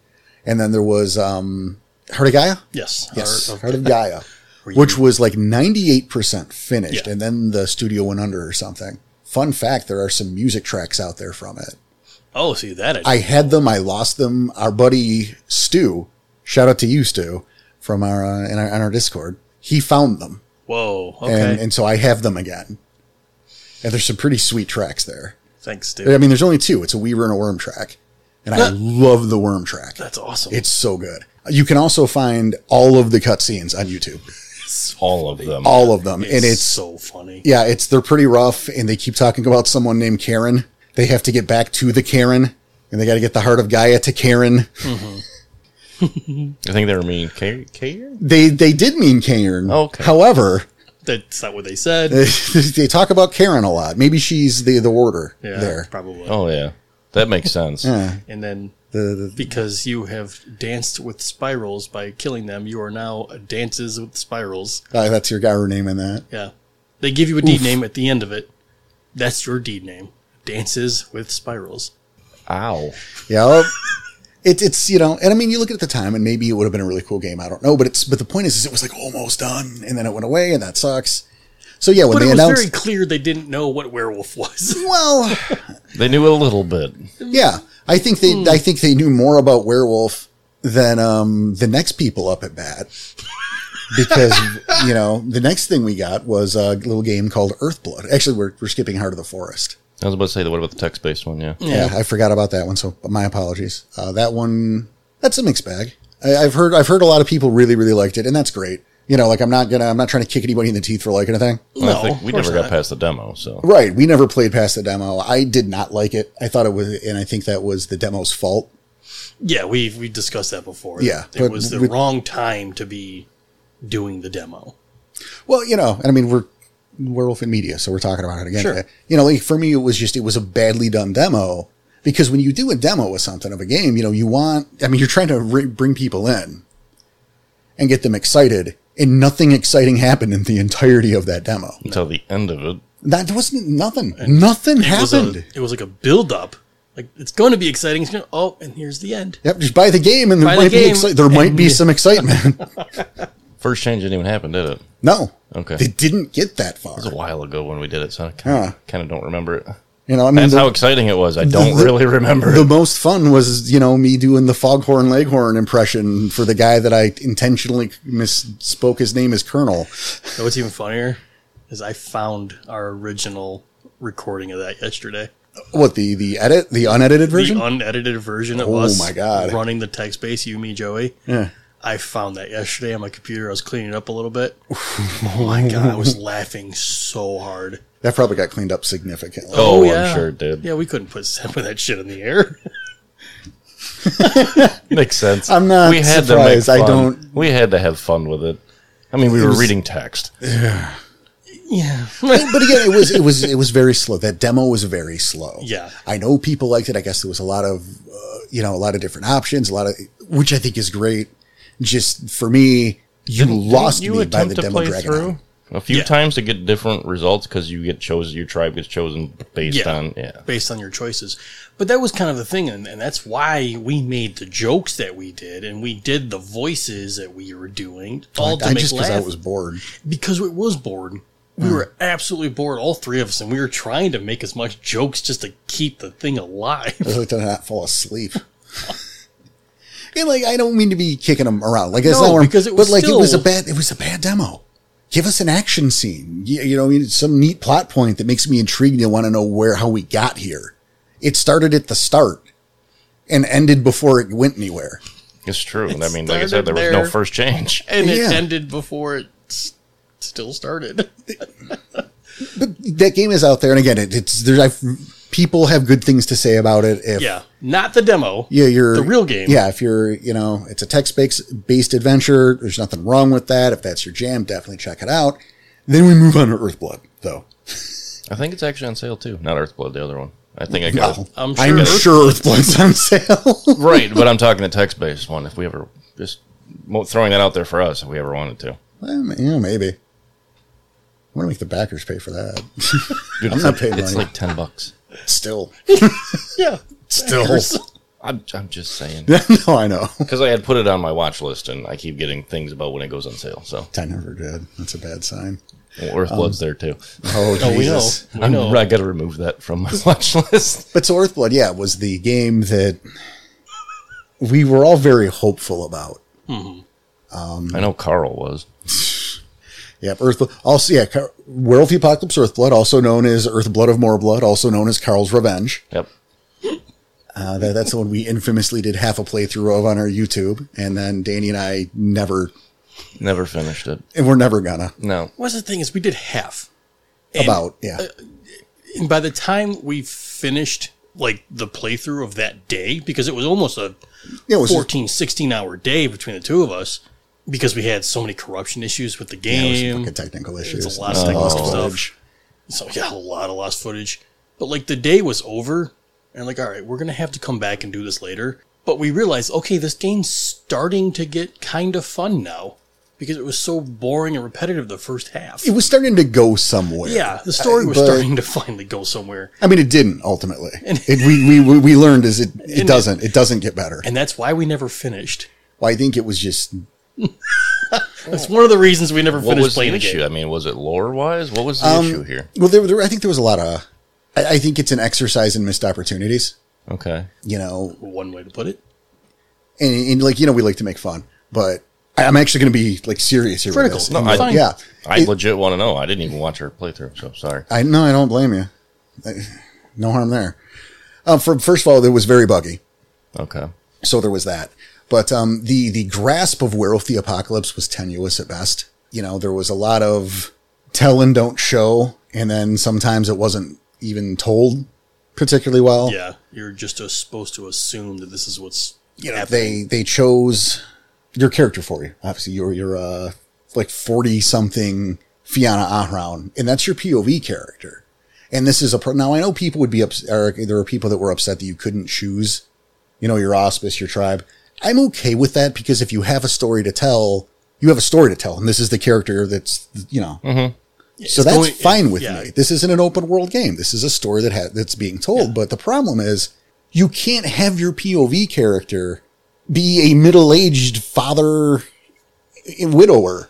and then there was um, Heart of Gaia. Yes. Yes, Or- or- Heart of Gaia, you- which was like ninety eight percent finished, Yeah. and then the studio went under or something. Fun fact: there are some music tracks out there from it. oh, see that. I, I had them. I lost them. Our buddy Stu, shout out to you, Stu, from our uh, in our, on our Discord. He found them, whoa. Okay. and and so I have them again. And there's some pretty sweet tracks there. Thanks, dude. I mean, there's only two. It's a Weaver and a Worm track, and I love the Worm track. That's awesome. It's so good. You can also find all of the cutscenes on YouTube, All of them. all of them, and it's so funny. yeah, it's they're pretty rough, and they keep talking about someone named Karen. They have to get back to the Karen, and they got to get the heart of Gaia to Karen. I think they were mean. K. K- They they did mean Karen. Okay. However, That's not what they said. they talk about Karen a lot. Maybe she's the the warder yeah, there. probably. oh yeah, that makes sense. Yeah. And then The, the- because you have danced with spirals by killing them, you are now dances with spirals. uh, that's your guy name in that. Yeah, they give you a deed name at the end of it. That's your deed name. Dances with spirals. Ow. Yeah. It's it's you know, and I mean, you look at it at the time, and maybe it would have been a really cool game. I don't know, but it's but the point is, is it was like almost done, and then it went away, and that sucks. So yeah, when But they it was announced, very clear they didn't know what werewolf was. well, They knew a little bit. yeah, I think they I think they knew more about werewolf than um the next people up at bat, because you know the next thing we got was a little game called Earthblood. Actually, we're we're skipping Heart of the Forest. I was about to say that. What about the text based one? Yeah. Yeah, I forgot about that one. So my apologies. Uh, that one, that's a mixed bag. I, I've heard, I've heard a lot of people really, really liked it, and that's great. You know, like I'm not gonna, I'm not trying to kick anybody in the teeth for liking a thing. Well, No, I think we of course never got not. past the demo. So Right? We never played past the demo. I did not like it. I thought it was, and I think that was the demo's fault. Yeah, we we discussed that before. Yeah, it but was the with- wrong time to be doing the demo. Well, you know, and I mean we're werewolf in media, so we're talking about it again. Sure. You know, like for me, it was just it was a badly done demo because when you do a demo with something of a game, you know, you want. I mean, you're trying to re- bring people in and get them excited, and nothing exciting happened in the entirety of that demo. until the end of it, That wasn't nothing. nothing It was, a- happened. it was like a build up Like it's going to be exciting. It's gonna, oh, and here's the end. Yep, just buy the game and there Buy the might be game exci- there might be some excitement. First change didn't even happen, did it? It no. Okay. They didn't get that far. was a while ago when we did it, so I kind of, Huh. don't remember it. You know, I mean That's the- how exciting it was. I don't the- really remember. The it. most fun was, you know, me doing the foghorn leghorn impression for the guy that I intentionally misspoke his name as Colonel. You know what's even funnier is I found our original recording of that yesterday. What the the edit the unedited version? The unedited version of Oh us my God. running the text base, you, me, Joey. yeah. I found that yesterday on my computer. I was cleaning it up a little bit. oh my god, I was laughing so hard. That probably got cleaned up significantly. Oh, I'm sure it did. Yeah, we couldn't put some of that shit in the air. Makes sense. I'm not surprised. I fun. don't- We had to have fun with it. I mean, we were reading text. yeah. but again, it was it was it was very slow. That demo was very slow. Yeah. I know people liked it. I guess there was a lot of uh, you know a lot of different options, a lot of which I think is great. Just for me, you lost Didn't me by the attempt to demo play dragon. through a few Yeah. times to get different results because you get chosen. Your tribe gets chosen based Yeah. on yeah. based on your choices. But that was kind of the thing, and, and that's why we made the jokes that we did, and we did the voices that we were doing, all to I make just because laugh I was bored. because it was bored. We were absolutely bored, all three of us, and we were trying to make as much jokes just to keep the thing alive. I was like to not fall asleep. and like, I don't mean to be kicking them around. Like, that's No, not what I'm- because it was but like, it was a still- bad, it was a bad demo. Give us an action scene. You, you know, I mean, some neat plot point that makes me intrigued and want to know where, how we got here. It started at the start and ended before it went anywhere. It's true. I mean, started like I said, there, was there. no first change. And Yeah. it ended before it s- still started. That game is out there. And again, it, it's, there's, I've, people have good things to say about it. If, Yeah. Not the demo. Yeah, you're The real game. Yeah, if you're, you know, it's a text based based adventure. There's nothing wrong with that. If that's your jam, definitely check it out. Then we move on to Earthblood, though. I think it's actually on sale too. Not Earthblood, the other one. I think I got Well, it. I'm I'm sure sure Earthblood's on sale. right, but I'm talking the text based one. If we ever just mo- throwing that out there for us, if we ever wanted to. well, m- yeah, maybe. I want to make the backers pay for that. Dude, I'm it's not like, paying It's money. like ten bucks. Still, Yeah. still. I'm, I'm just saying no, I know. because I had put it on my watch list, and I keep getting things about when it goes on sale. So I never did. That's a bad sign. well, Um, Earthblood's there too. Oh, Oh, we know. Jesus. We I'm, know. I got to remove that from my watch list. But so Earthblood, yeah, was the game that we were all very hopeful about. Mm-hmm. I know Carl was. Yep, Earthblood. Also, yeah, Car- Werewolf the Apocalypse Earthblood, also known as Earthblood of Morblood, also known as Carl's Revenge. Yep. Uh, that, that's the one we infamously did half a playthrough of on our YouTube, and then Danny and I never, Never finished it. and we're never gonna No. What's the thing is we did half. about yeah. uh, and by the time we finished like the playthrough of that day because it was almost a yeah, it was 14 16 hour day between the two of us because we had so many corruption issues with the it was some game fucking Oh, technical issues. a lot of and technical lost stuff. footage. so yeah a lot of lost footage but like the day was over and like all right we're gonna have to come back and do this later but we realized okay this game's starting to get kind of fun now because it was so boring and repetitive the first half It was starting to go somewhere. yeah the story was But- starting to finally go somewhere I mean, it didn't ultimately. It, we, we we learned is it it doesn't it doesn't get better. and that's why we never finished Well, I think it was just That's one of the reasons we never What finished was the playing the, issue? game. I mean, was it lore wise? What was the Um, issue here? well. There, there I think there was a lot of. I, I think it's an exercise in missed opportunities. Okay. You know, One way to put it. and, and like you know we like to make fun but I- i'm actually going to be like serious here Critical. with this. No, And, I- like, yeah I It- legit want to know. I didn't even watch her playthrough, so sorry. I no, I don't blame you. I- no harm there. Um, for, first of all, it was very buggy, Okay. so there was that. But um, the the grasp of Werewolf the Apocalypse was tenuous at best. You know, there was a lot of tell and don't show, and then sometimes it wasn't even told particularly well. Yeah, you're just uh, supposed to assume that this is what's you know, happening. they they chose your character for you. Obviously, you're you're uh like forty something Fianna Ahroun, and that's your POV character. And this is a pro- now I know people would be upset. Or there were people that were upset that you couldn't choose, you know, your auspice, your tribe. I'm okay with that because if you have a story to tell, you have a story to tell, and this is the character that's you know. So It's that's going- fine with yeah. me. This isn't an open world game. This is a story that ha- that's being told. But the problem is, you can't have your POV character be a middle-aged father eh, widower,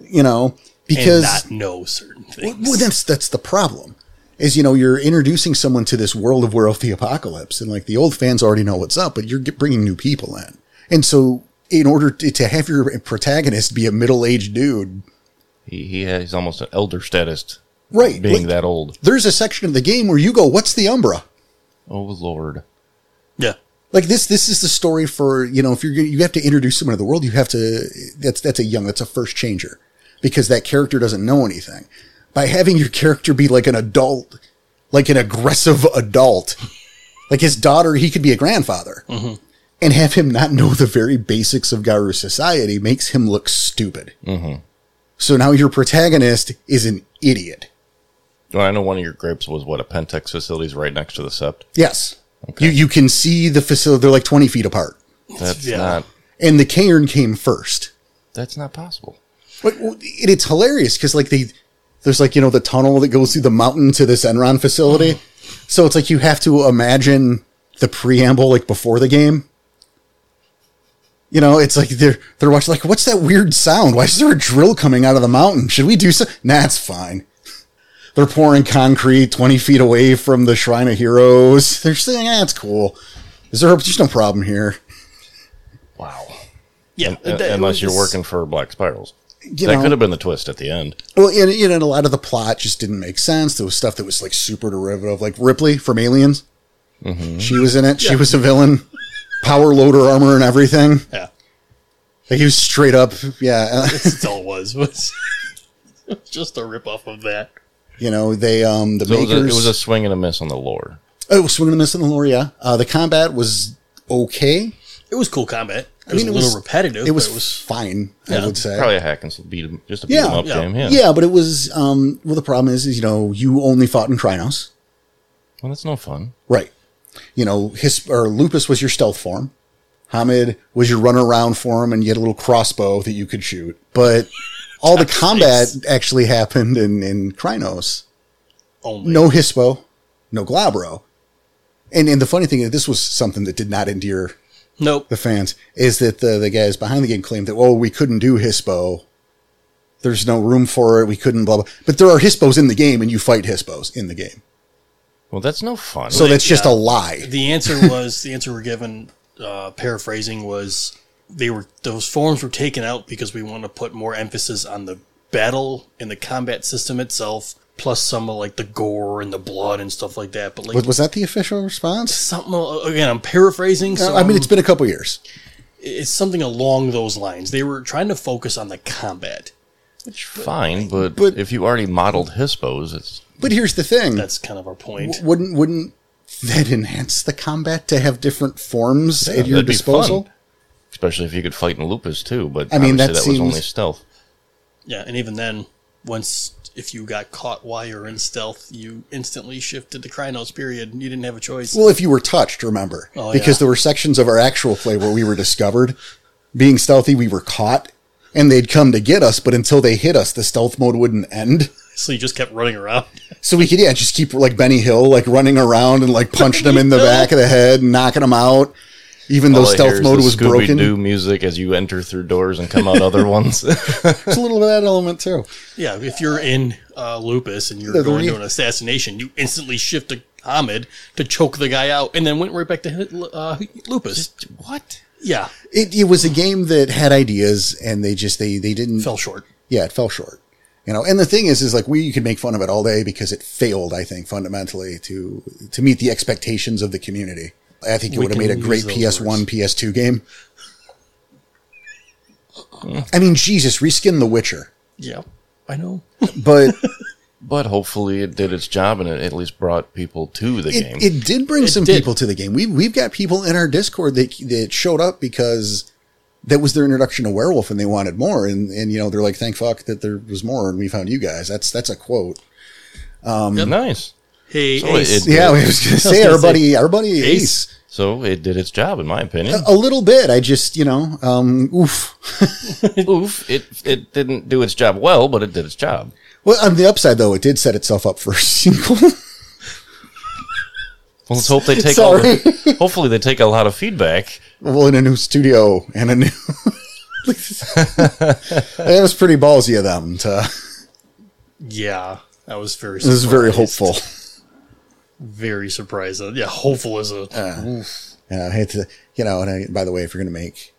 you know, and because not know certain things. well, that's that's the problem. Is you know you're introducing someone to this world of world of the apocalypse, and like the old fans already know what's up, but you're get- bringing new people in, and so in order to, to have your protagonist be a middle aged dude, He, he has he's almost an elder statist right? being like, that old. there's a section of the game where you go, "What's the Umbra?" Oh Lord. yeah. Like this, this is the story for you know if you're gonna- you have to introduce someone to the world, you have to that's that's a young that's a first changer because that character doesn't know anything. By having your character be like an adult, like an aggressive adult, like his daughter, he could be a grandfather, and have him not know the very basics of Garu society makes him look stupid. So now your protagonist is an idiot. Well, I know one of your gripes was what a Pentex facility is right next to the Sept. Yes, you you can see the facility; they're like twenty feet apart, That's Yeah. not and the cairn came first. that's not possible. But well, it, it's hilarious because like they, there's like you know the tunnel that goes through the mountain to this Enron facility, so it's like you have to imagine the preamble like before the game. You know, it's like they're they're watching like what's that weird sound? Why is there a drill coming out of the mountain? Should we do so? Nah, it's fine. They're pouring concrete twenty feet away from the Shrine of Heroes. They're saying, "Ah, it's cool." Is there? A, there's no problem here. Wow. Yeah. Uh, that- unless you're it's- working for Black Spirals. You that know. could have been the twist at the end. Well, and, you know, and a lot of the plot just didn't make sense. There was stuff that was like super derivative, like Ripley from Aliens. Mm-hmm. She was in it. She was a villain. Power loader armor and everything. Yeah. Like he was straight up, yeah. That's all it was. was just a ripoff of that. you know, they um the So it, was makers. a, it was a swing and a miss on the lore. oh, it was swinging a miss in the lore. Yeah, uh, the combat was okay. It was cool combat. It I was mean, a it little was- repetitive. It was, but it was fine. I Yeah, would say Probably a hack and sl- beat 'em- just a beat Yeah, 'em up yeah. game. Yeah. yeah, but it was um. Well, the problem is, is you know, you only fought in Krynos, Well, that's no fun. Right. You know, his or Lupus was your stealth form. Hamid was your run around form, and you had a little crossbow that you could shoot. But all the combat actually happened in in Krynos. only No Hispo, no Glabro. And and the funny thing is, this was something that did not endear Nope. the fans. Is that the the guys behind the game claimed that oh we couldn't do Hispo. There's no room for it. We couldn't blah blah. But there are hispos in the game, and you fight hispos in the game. Well, that's no fun. So that's just yeah. a lie. The answer was the answer we're given. Uh, paraphrasing was they were those forms were taken out because we want to put more emphasis on the battle and the combat system itself, plus some of like the gore and the blood and stuff like that. But like Was, was that the official response? something again, I'm paraphrasing. So I mean, it's been a couple years. it's something along those lines. They were trying to focus on the combat. Which fine, but, but- if you already modeled hispos, it's But here's the thing: That's kind of our point. W- wouldn't wouldn't that enhance the combat to have different forms at your that'd be disposal? fun. especially if you could fight in lupus too. But I mean, obviously that that, was seems- only stealth. Yeah, and even then, once if you got caught while you're in stealth, you instantly shifted to Krynos. Period. You didn't have a choice. Well, if you were touched, remember, Oh, because yeah. there were sections of our actual play where we were discovered being stealthy. We were caught, and they'd come to get us. But until they hit us, the stealth mode wouldn't end. So you just kept running around. So we could yeah just keep like Benny Hill like running around and like punching them in the back of the head, and knocking them out. Even though All I hear stealth is mode the was broken, Scooby-Doo music as you enter through doors and come out other ones. there's a little bit of that element too. Yeah, if you're in uh, Lupus and you're The- the going re- to an assassination, you instantly shift to Hamid to choke the guy out, and then went right back to hit- uh, Lupus. what? Yeah, It, it was a game that had ideas, and they just they they didn't fell short. yeah, it fell short. You know, and the thing is, is like we could make fun of it all day because it failed. I think fundamentally to to meet the expectations of the community. I think it We would have can made a use great those PS1, words. PS2 game. I mean, Jesus, reskin The Witcher, Yeah, I know. but But hopefully it did its job and it at least brought people to the game. it, it did bring some did. people to the game. We we've got people in our Discord that that showed up because that was their introduction to werewolf and they wanted more and and you know they're like thank fuck that there was more and we found you guys. That's that's a quote. nice. Hey, So Ace, it- Yeah, I was gonna say gonna our buddy, our buddy Ace. Ace. So it did its job, in my opinion. A little bit. I just, you know, um, oof. oh. Oof! It it didn't do its job well, but it did its job. Well, on the upside though, it did set itself up for a sequel. Well, let's hope they take. All Sorry. the, hopefully, they take a lot of feedback. well, in a new studio and a new. it was pretty ballsy of them to. Yeah, I was very. This is very surprised. hopeful. Very surprised. Uh, Yeah, hopeful is a Uh-huh. And I hate to, you know, and I, by the way, if you're going to make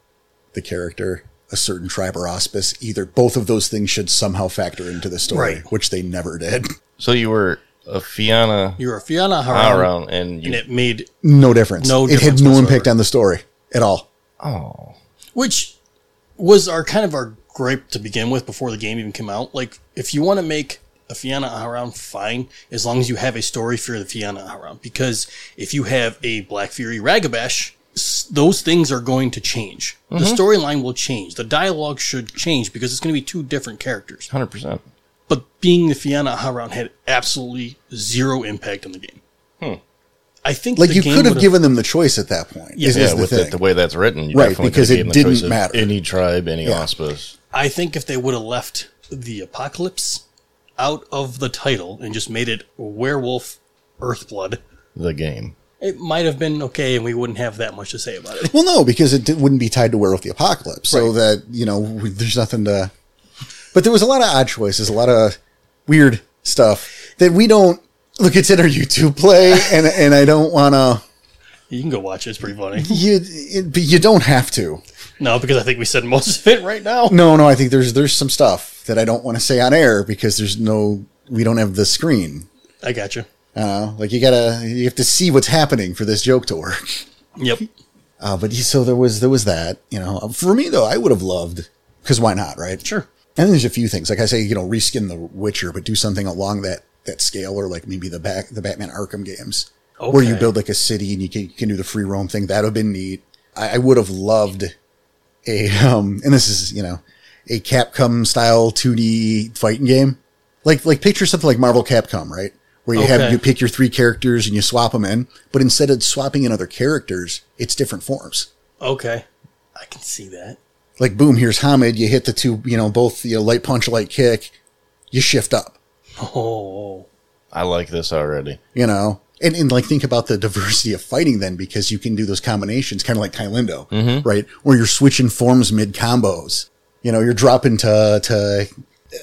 the character a certain tribe or auspice, either both of those things should somehow factor into the story, Right. which they never did. So you were a Fianna you're a Fianna Haram, around, Um, and you. and it made No difference. No It had difference no whatsoever. impact on the story at all. oh, which was our kind of our gripe to begin with before the game even came out. Like, if you want to make a Fianna Haram, fine, as long as you have a story for the Fianna Haram. Because if you have a Black Fury Ragabash, s- those things are going to change. The Mm-hmm. storyline will change. The dialogue should change because it's going to be two different characters. 100 percent. But being the Fianna Haram had absolutely zero impact on the game. I think Hmm. Like the you game could have would've- given them the choice at that point. is, Yeah, is the with thing. it, the way that's written, you Right, definitely because could've it gave them the choice didn't of matter. Any tribe, any Yeah. auspice. I think if they would have left the apocalypse out of the title and just made it werewolf earthblood, The game. it might have been okay and we wouldn't have that much to say about it. well, no, because it di- wouldn't be tied to Werewolf the Apocalypse, so that you know we, there's nothing to. But there was a lot of odd choices, a lot of weird stuff that we don't look. It's in our YouTube play, and and I don't want to. You can go watch it, it's pretty funny. You it, but you don't have to. No, because I think we said most of it right now. No, no, I think there's there's some stuff that I don't want to say on air because there's no we don't have the screen. I got you. Uh, like you gotta you have to see what's happening for this joke to work. Yep. Uh, but he- so there was there was that. You know, Uh, for me though, I would have loved because why not, right? Sure. And there's a few things, like I say, you know, reskin The Witcher, but do something along that that scale, or like maybe the back the Batman Arkham games, where you Okay. build like a city and you can, you can do the free roam thing. That would have been neat. I, I would have loved a um, and this is you know a Capcom style 2D fighting game, like like picture something like Marvel Capcom, right? Where you have Okay. you pick your three characters and you swap them in, but instead of swapping in other characters, it's different forms Okay. I can see that. like boom, here's Hamid. You hit the two, you know, both you know, light punch, light kick. You shift up, Oh. I like this already. you know, and and like think about the diversity of fighting then because you can do those combinations, kind of like Kylindo, right? Where you're switching forms mid combos. You know, you're dropping to to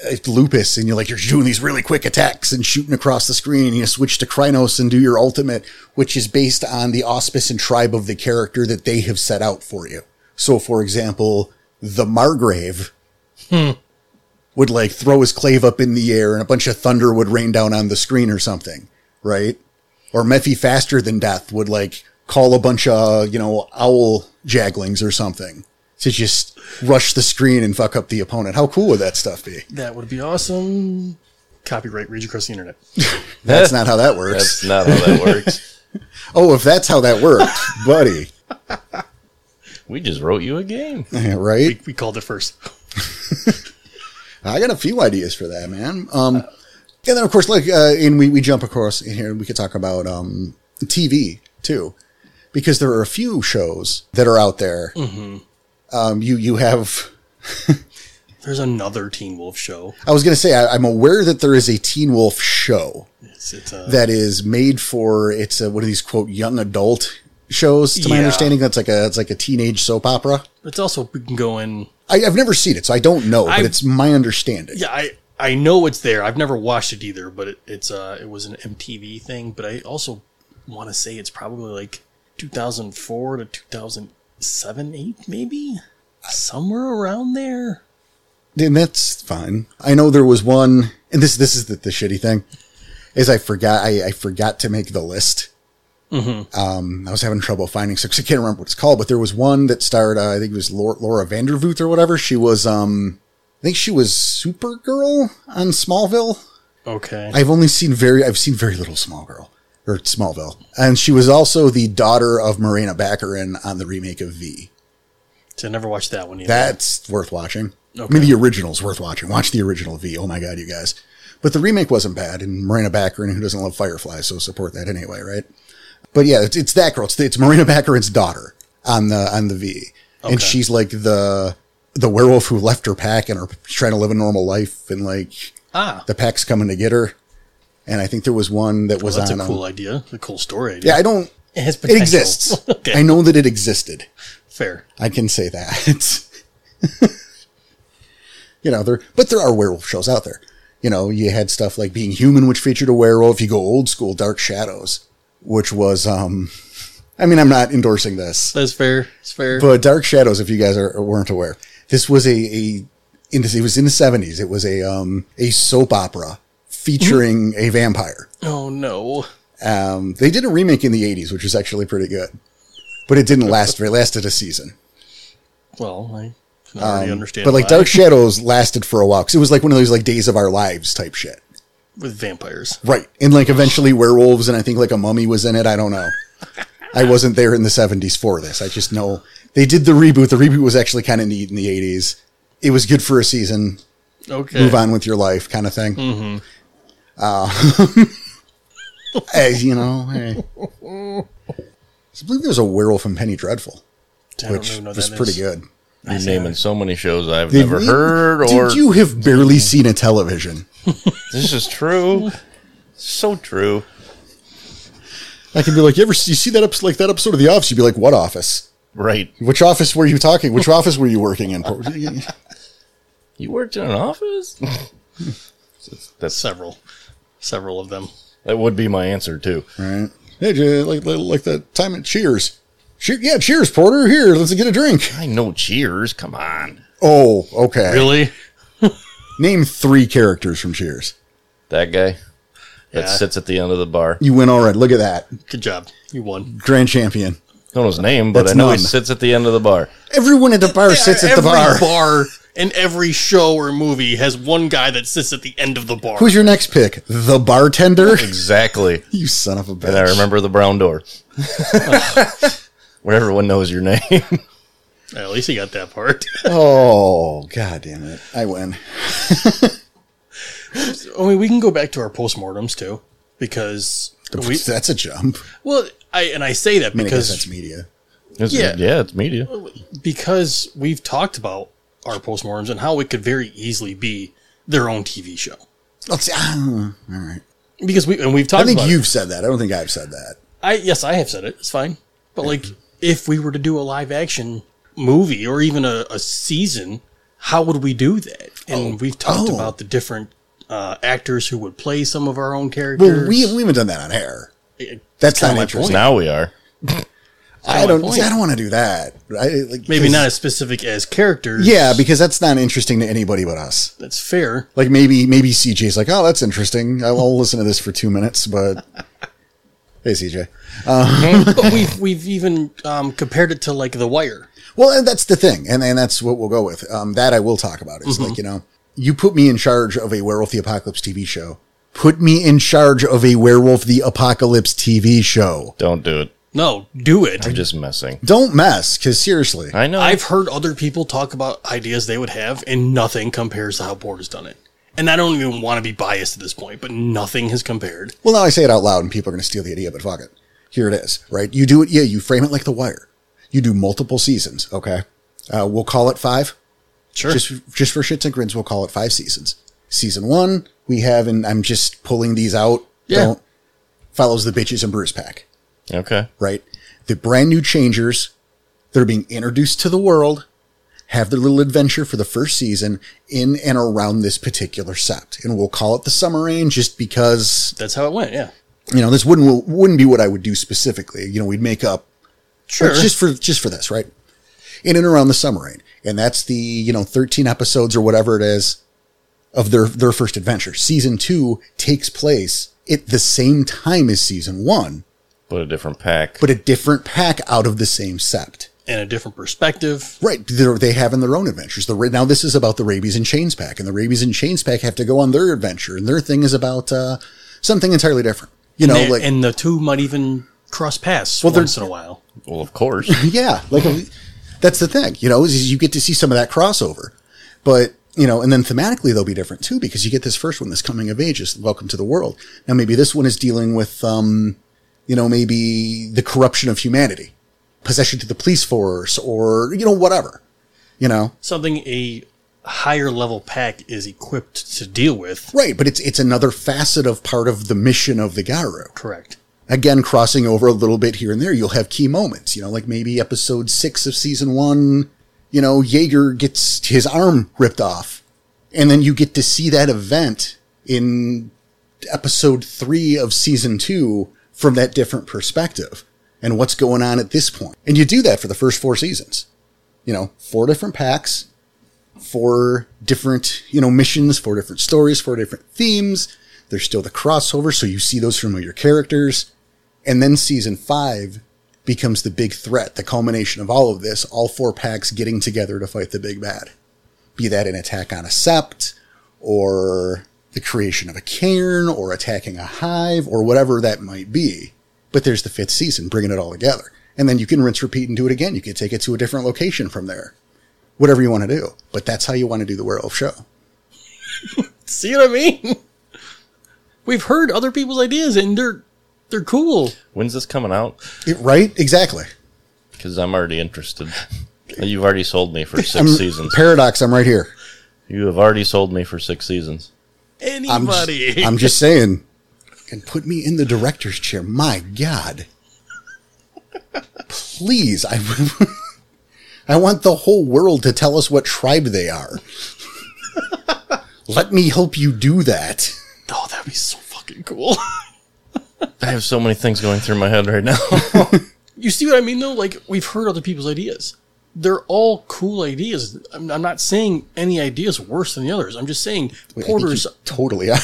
uh, Lupus, and you're like you're doing these really quick attacks and shooting across the screen. And you switch to Krynos and do your ultimate, which is based on the auspice and tribe of the character that they have set out for you. So, for example, the Margrave would like throw his clave up in the air and a bunch of thunder would rain down on the screen or something, right? Or Mephi faster than death would like call a bunch of, you know, owl jaglings or something to just rush the screen and fuck up the opponent. How cool would that stuff be? That would be awesome. Copyright reach across the internet. That's not how that works. That's not how that works. Oh, if that's how that worked, buddy, We just wrote you a game. Yeah, right? We, we called it first. I got a few ideas for that, man. Um, and then of course, like, uh, and we, we jump across in here and we could talk about, um, TV too, because there are a few shows that are out there. Mm-hmm. Um, you, you have, There's another Teen Wolf show. I was going to say, I, I'm aware that there is a Teen Wolf show It's, it's uh, that is made for, it's a, one of these quote, young adult shows to my Yeah. understanding. That's like a, it's like a teenage soap opera. it's also we can go in I, I've never seen it, so I don't know, but I've- it's my understanding. Yeah, I I know it's there. I've never watched it either, but it, it's uh it was an MTV thing, but I also want to say it's probably like 2004 to 2007, 8 maybe. Somewhere around there. and that's fine. I know there was one, and this this is the, the shitty thing, is I forgot I, I forgot to make the list. Um, I was having trouble finding six. I can't remember what it's called, but there was one that starred. Uh, I think it was Laura, Laura Vandervoot or whatever. She was, um, I think she was Supergirl on Smallville. Okay. I've only seen very, I've seen very little Small Girl or Smallville, and she was also the daughter of Marina Baccarin on the remake of V. so I never watched that one either. That's worth watching. I Okay. mean, the original's worth watching. Watch the original V. Oh my God, you guys. But the remake wasn't bad, and Marina Baccarin, who doesn't love Fireflies, so support that anyway, right? But yeah, it's, it's that girl. It's, it's Marina Baccarin's daughter on the on the V, and Okay. she's like the the werewolf who left her pack and are trying to live a normal life, and like ah, the pack's coming to get her. And I think there was one that was Well, Oh, that's on. a um, cool idea. It's a cool story idea. yeah, I don't. It has potential. It exists. okay, I know that it existed. fair. I can say that. you know, there, but there are werewolf shows out there. You know, you had stuff like Being Human, which featured a werewolf. You go old school, Dark Shadows, which was, um, I mean, I'm not endorsing this, That's fair. It's fair. but Dark Shadows, if you guys are, weren't aware, this was a, a in this, it was in the 70s. It was a, um, a soap opera featuring a vampire. oh no. Um, they did a remake in the 80s, which was actually pretty good, but it didn't last. It lasted a season. Well, I can already understand. Um, But like why. Dark Shadows lasted for a while because it was like one of those like Days of Our Lives type shit, with vampires. right? And like eventually werewolves and I think like a mummy was in it. I don't know. I wasn't there in the seventies for this. I just know they did the reboot. The reboot was actually kind of neat in the eighties. It was good for a season. Okay. Move on with your life, kind of thing. Mm-hmm. Uh, hey, you know, hey. I believe there was a werewolf in Penny Dreadful, I don't which even know what was that pretty is. good. You're naming so many shows I've Did never we- heard, or did you have barely seen a television? this is true. So true. I can be like, you ever see, you see that episode, like that episode of The Office? You'd be like, what office? Right. Which office were you talking? Which office were you working in? You worked in an office? That's Several, several of them. that would be my answer too. right? Hey, Jay, like, like like that time at Cheers. Che- yeah, Cheers, Porter. Here, let's get a drink. I know Cheers. Come on. Oh, okay. Really? Name three characters from Cheers. That guy that Yeah. sits at the end of the bar. You win all right. Look at that, Good job. You won. grand champion. Don't know his name, but That's I know he none. sits at the end of the bar. Everyone at the bar sits at the every bar. bar and every show or movie has one guy that sits at the end of the bar. Who's your next pick? The bartender. Exactly. you son of a bitch. And I remember the brown door. Where everyone knows your name. At least he got that part. Oh, god damn it! I win. I mean, we can go back to our postmortems too, because we That's a jump. well, I and I say that I mean, I guess that's because media. It's- Yeah. yeah, it's media. because we've talked about our postmortems and how it could very easily be their own TV show. Let's. ah, all right. Because we and we've talked. I think about it. you've said that. I don't think I've said that. I yes, I have said it. It's fine. But like, if we were to do a live action movie or even a, a season, how would we do that? And we've talked Oh. about the different uh, actors who would play some of our own Well, characters. Uh, we, we haven't done that on hair. we That's not my interesting. point. Now we are. I kinda my don't. point. See, I don't want to do that. I, like, maybe 'cause- not as specific as characters. Yeah, because that's not interesting to anybody but us. that's fair. Like maybe maybe CJ's like, oh, that's interesting. I'll, I'll listen to this for two minutes, but hey, CJ. but we've we've even um, compared it to like The Wire. Well, and that's the thing, and and that's what we'll go with. Um, that I will talk about. It's Mm-hmm. like you know, you put me in charge of a Werewolf the Apocalypse TV show. Put me in charge of a Werewolf the Apocalypse TV show. Don't do it. No, do it. I'm just messing. Don't mess, because seriously, I know. I've heard other people talk about ideas they would have, and nothing compares to how Board has done it. And I don't even want to be biased at this point, but nothing has compared. Well, now I say it out loud and people are going to steal the idea, but fuck it. Here it is, right? You do it. Yeah, you frame it like The Wire. You do multiple seasons. Okay. Uh, we'll call it five. Sure. Just, just for shits and grins, we'll call it five seasons. Season one, we have, and I'm just pulling these out. Yeah. follows the bitches and brews pack, okay. right? The brand new changers that are being introduced to the world have their little adventure for the first season in and around this particular sept. And we'll call it the summer rain just because That's how it went. Yeah. you know this wouldn't wouldn't be what I would do specifically. You know, we'd make up Sure. but just for just for this, right? In and around the summer rain, and that's the you know thirteen episodes or whatever it is of their their first adventure. Season two takes place at the same time as season one, Put a different pack. but a different pack out of the same sept. and a different perspective. Right, they're, they have in their own adventures. The ra- now this is about the Rabies and Chains pack, and the Rabies and Chains pack have to go on their adventure, and their thing is about uh, something entirely different. You know, and, like and the two might even cross paths Well, they're- once in a while. well, of course. Yeah, like that's the thing, you know, is- is you get to see some of that crossover, but you know, and then thematically they'll be different too because you get this first one, this coming of age, is Welcome to the World. Now maybe this one is dealing with, um, you know, maybe the corruption of humanity, possession to the police force, or you know, whatever, you know, Something a higher level pack is equipped to deal with. Right, but it's it's another facet of part of the mission of the Garu. Correct. Again, crossing over a little bit here and there, you'll have key moments. You know, like maybe episode six of season one. You know, Jaeger gets his arm ripped off, and then you get to see that event in episode three of season two from that different perspective and what's going on at this point. And you do that for the first four seasons. You know, four different packs, four different, you know, missions, four different stories, four different themes. There's still the crossover, so you see those familiar characters. And then season five becomes the big threat, the culmination of all of this, all four packs getting together to fight the big bad. Be that an attack on a sept or the creation of a cairn or attacking a hive or whatever that might be. But there's the fifth season bringing it all together. And then you can rinse, repeat, and do it again. You can take it to a different location from there. Whatever you want to do. But that's how you want to do the werewolf show. See what I mean? We've heard other people's ideas and they're they're cool. When's this coming out? It- right? Exactly. Because I'm already interested. You've already sold me for 6 I'm- seasons. Paradox, I'm right here. You have already sold me for six seasons. I'm just, Anybody. I'm just saying. And put me in the director's chair. My God. Please, I, I want the whole world to tell us what tribe they are. Let me help you do that. oh, that'd be so fucking cool. I have so many things going through my head right now. you see what I mean though? Like we've heard other people's ideas. They're all cool ideas. I'm, I'm not saying any idea is worse than the others. I'm just saying I think you Porter's. totally are.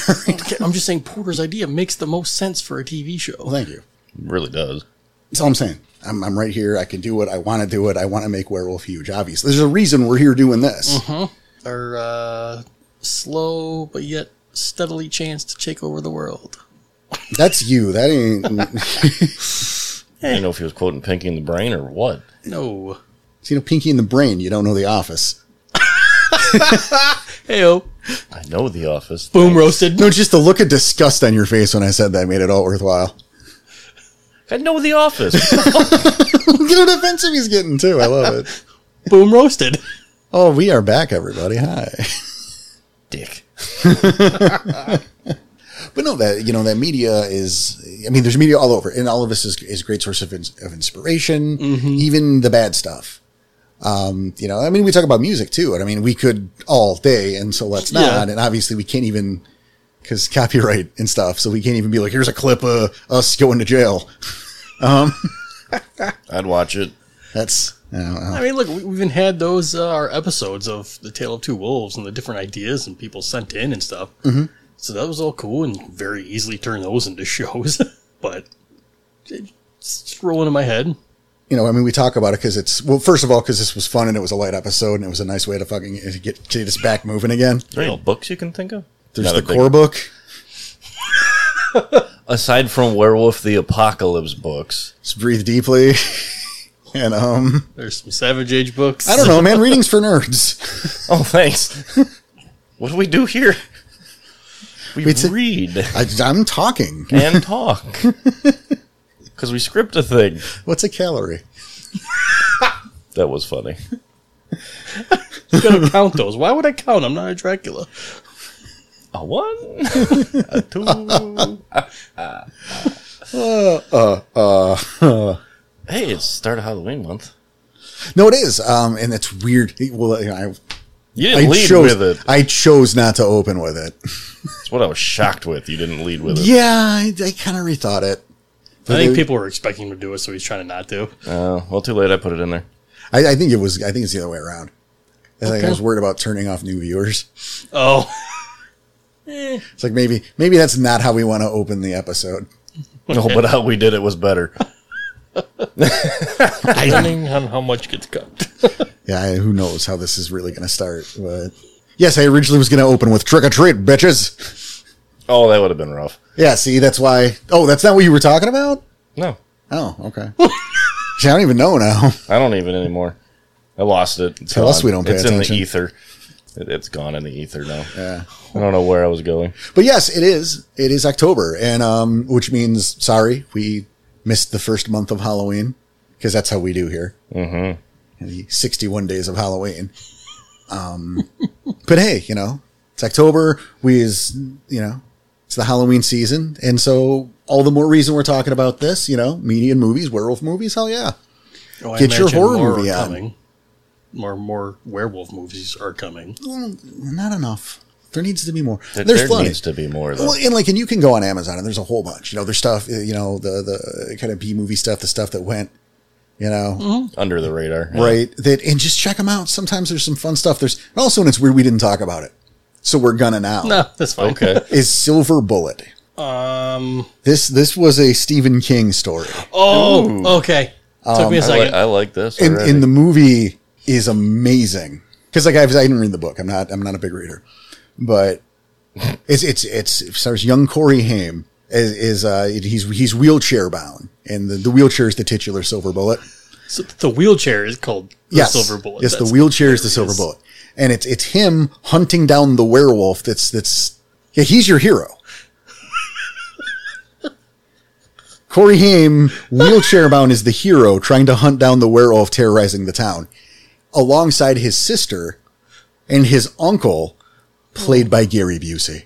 I'm just saying Porter's idea makes the most sense for a TV show. well, thank you. really does. That's all I'm saying. I'm, I'm right here. I can do it. I want to do it. I want to make werewolf huge. Obviously, there's a reason we're here doing this. Our uh, slow but yet steadily chance to take over the world. That's you. That ain't. I didn't know if he was quoting Pinky in the Brain or what. No. you know, Pinky in the Brain. You don't know The Office. Heyo. I know The Office. Boom roasted. No, just the look of disgust on your face when I said that made it all worthwhile. I know The Office. Look at what offensive he's getting too. I love it. Boom roasted. Oh, we are back, everybody. Hi. Dick. But no, that you know that media is. I mean, there's media all over, and all of this is is a great source of ins- of inspiration, even the bad stuff. Um, you know, I mean, we talk about music too, and I mean, we could all day, and so let's not. Yeah. And obviously, we can't even because copyright and stuff, so we can't even be like, here's a clip of us going to jail. I'd watch it. That's I don't know. uh, I mean, look, we- we've even had those uh, our episodes of the Tale of Two Wolves and the different ideas and people sent in and stuff. Mm-hmm. So that was all cool and very easily turn those into shows. but it's just rolling in my head. you know, I mean, we talk about it because it's well, first of all, because this was fun and it was a light episode and it was a nice way to fucking to get get us back moving again. There any books you can think of? There's Not the a big- core book. Aside from Werewolf the Apocalypse books, It's breathe deeply, and um, There's some Savage Age books. I don't know, man. Readings for nerds. Oh, thanks. what do we do here? We It's a- read I, I'm talking. and talk because we script a thing. What's a calorie? That was funny. I'm gonna count those. Why would I count? I'm not a Dracula. A one, a two. Hey, it's start of Halloween month. No, it is. Um, and it's weird. Well, you know, You I, didn't I lead chose. with it. I chose not to open with it. That's what I was shocked with. You didn't lead with it. Yeah, I, I kind of rethought it. I think they- people were expecting him to do it, so he's trying to not to. Oh, well, too late. I put it in there. I, I think it was. I think it's the other way around. I think I was worried about turning off new viewers. Oh, It's like maybe maybe that's not how we want to open the episode. No, but how we did it was better. depending on how much gets cut. Yeah, I- who knows how this is really going to start? But yes, I originally was going to open with trick or treat, bitches. Oh, that would have been rough. Yeah, see, that's why. Oh, that's not what you were talking about. No, Oh, okay. See, I don't even know now. I don't even anymore. I lost it. It's Tell us we don't pay It's attention. in the ether. It, it's gone in the ether now. Yeah. I don't know where I was going. But yes, it is. It is October, and um, which means sorry, we missed the first month of Halloween because that's how we do here. Mm-hmm. The sixty-one days of Halloween. Um, but hey, you know, it's October. We is, you know, it's the Halloween season. And so all the more reason we're talking about this, you know, media and movies, werewolf movies. Hell yeah. Oh, I Get your imagine horror more are movie on. coming. More more werewolf movies are coming. Well, not enough. There needs to be more. There, There's there plenty. needs to be more though. Well, and like, and you can go on Amazon, and there's a whole bunch. You know, there's stuff. uh, You know, the the kind of B movie stuff, the stuff that went. You know, under the radar. Yeah. right? That and just check them out. Sometimes there's some fun stuff. There's and also, and it's weird we didn't talk about it, so we're gonna now. No, that's fine. Okay. Is Silver Bullet? Um. This this was a Stephen King story, Oh. Okay. Took me a Um, I, like second. I like this. and, already. and the movie is amazing. Because like I've, I didn't read the book. I'm not I'm not a big reader, but it's it's it's it stars young Corey Haim is, is uh he's he's wheelchair bound, and the, the wheelchair is the titular Silver Bullet. so the wheelchair is called the yes. silver bullet. Yes, the That's- wheelchair is the silver is. bullet, and it's it's him hunting down the werewolf. That's that's yeah, he's your hero. Corey Haim, wheelchair bound, is the hero trying to hunt down the werewolf terrorizing the town, alongside his sister and his uncle, played by Gary Busey.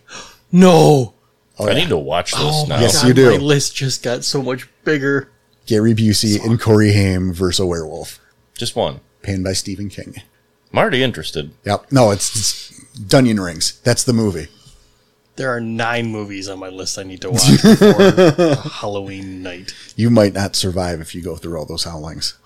No. Oh I need to watch this now. yes. you do. My list just got so much bigger. Gary Busey and Corey Haim versus a werewolf, Just one. penned by Stephen King. I'm already interested. Yep, no, it's, it's Dunyan Rings. That's the movie. There are nine movies on my list I need to watch before Halloween night. you might not survive if you go through all those howlings.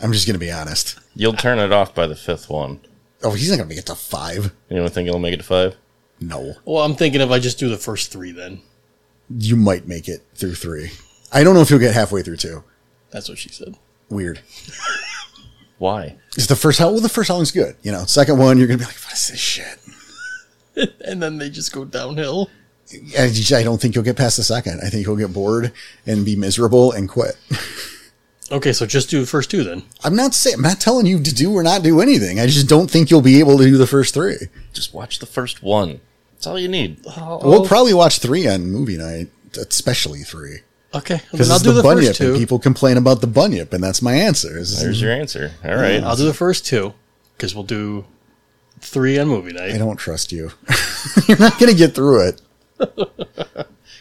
I'm just going to be honest. You'll turn it off by the fifth one. Oh, he's not going to make it to five. Anyone think you'll make it to five? No, Well, I'm thinking if I just do the first three, then you might make it through three. I don't know if you'll get halfway through two. that's what she said. Weird. Why? It's the first how well the first howling's good. You know, second one you're going to be like, what is this shit? And then they just go downhill. I, I don't think you'll get past the second. I think you'll get bored and be miserable and quit. Okay, so just do the first two then. I'm not saying I'm not telling you to do or not do anything. I just don't think you'll be able to do the first three. Just watch the first one. That's all you need. We'll probably watch three on movie night, especially three. Okay, Because then I'll it's do the, the bunyip, first and two. people complain about the bunyip, and that's my answer. It's- There's your answer. All right. I'll do the first two because we'll do three on movie I night. don't trust you. you're not going to get through it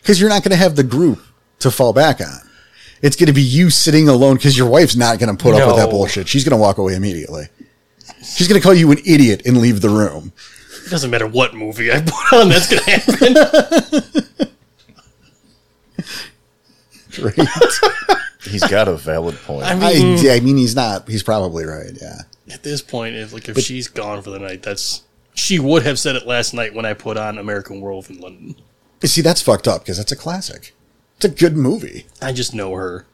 because you're not going to have the group to fall back on. It's going to be you sitting alone because your wife's not going to put up with that No. bullshit. She's going to walk away immediately. She's going to call you an idiot and leave the room. It doesn't matter what movie I put on, that's gonna happen. Right? He's got a valid point. I mean, I, I mean, he's not. He's probably right. Yeah. at this point, if like if she's gone for the night, that's she would have said it last night when I put on American Werewolf in London. But See, that's fucked up because that's a classic. It's a good movie. I just know her.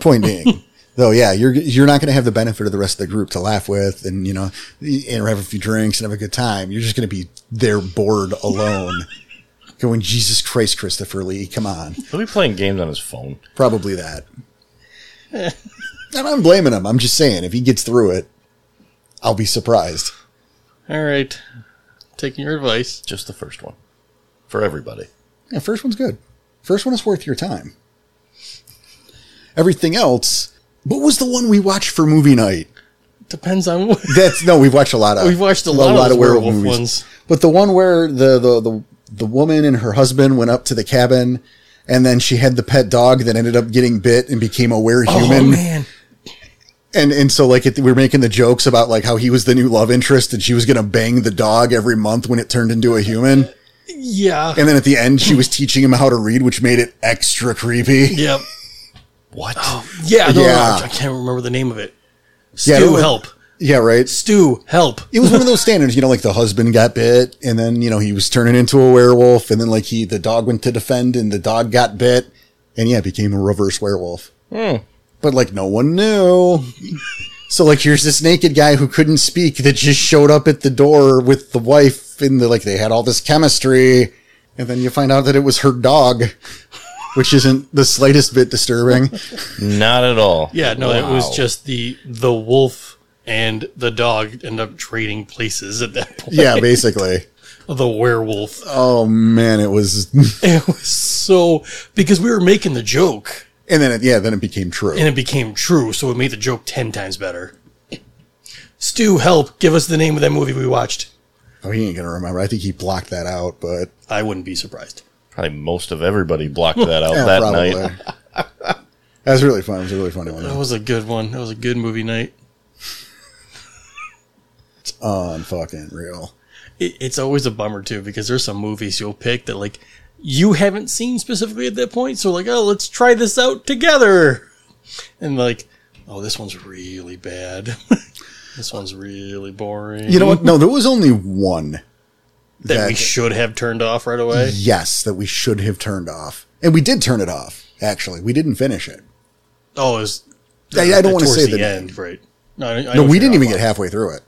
Point being, though, yeah, you're you're not going to have the benefit of the rest of the group to laugh with, and you know, and have a few drinks and have a good time. You're just going to be there, bored, alone, going, Jesus Christ, Christopher Lee, come on. He'll be playing games on his phone. Probably that. and I'm blaming him. I'm just saying, if he gets through it, I'll be surprised. All right, taking your advice. Just the first one. For everybody. Yeah, first one's good. First one is worth your time. Everything else. What was the one we watched for movie night? Depends on what That's no, we've watched a lot of we've watched a lot, of, those werewolf, ones. But the one where the, the the the woman and her husband went up to the cabin, and then she had the pet dog that ended up getting bit and became a Oh werehuman. man, and and so like it, we were making the jokes about like how he was the new love interest and she was gonna bang the dog every month when it turned into a human. yeah, And then at the end, she was teaching him how to read, which made it extra creepy. yep, Oh, What? yeah. No, Yeah. No, I can't remember the name of it. Stu, Yeah, it was- help! Yeah, right. Stu, help! it was one of those standards, you know, like the husband got bit and then, you know, he was turning into a werewolf and then like he, the dog went to defend and the dog got bit and yeah, became a reverse werewolf. But like no one knew. so like here's this naked guy who couldn't speak that just showed up at the door with the wife and the, like they had all this chemistry and then you find out that it was her dog, which isn't the slightest bit disturbing. Not at all. Yeah, no, it Wow. was just the the wolf and the dog end up trading places at that point. yeah, basically. The werewolf. Oh man, it was, It was so because we were making the joke and then it, yeah, then it became true. and it became true, so it made the joke ten times better. Stu, help! Give us the name of that movie we watched. Oh, he ain't gonna remember. I think he blocked that out, but I wouldn't be surprised. Probably most of everybody blocked that out yeah, that probably. night. that was really fun. It was a really funny one. That was a good one. That was a good movie night. Unfucking real. It, it's always a bummer too because there's some movies you'll pick that like you haven't seen specifically at that point. So like, oh, let's try this out together, and like, oh, this one's really bad. this one's really boring. You know what? No, there was only one. that, we should have turned off right away. yes, that we should have turned off, and we did turn it off. Actually, we didn't finish it. Oh, it was, I- I don't wanna towards say the name. end, right? No, I, I know No, what we you're didn't even talking get about. halfway through it.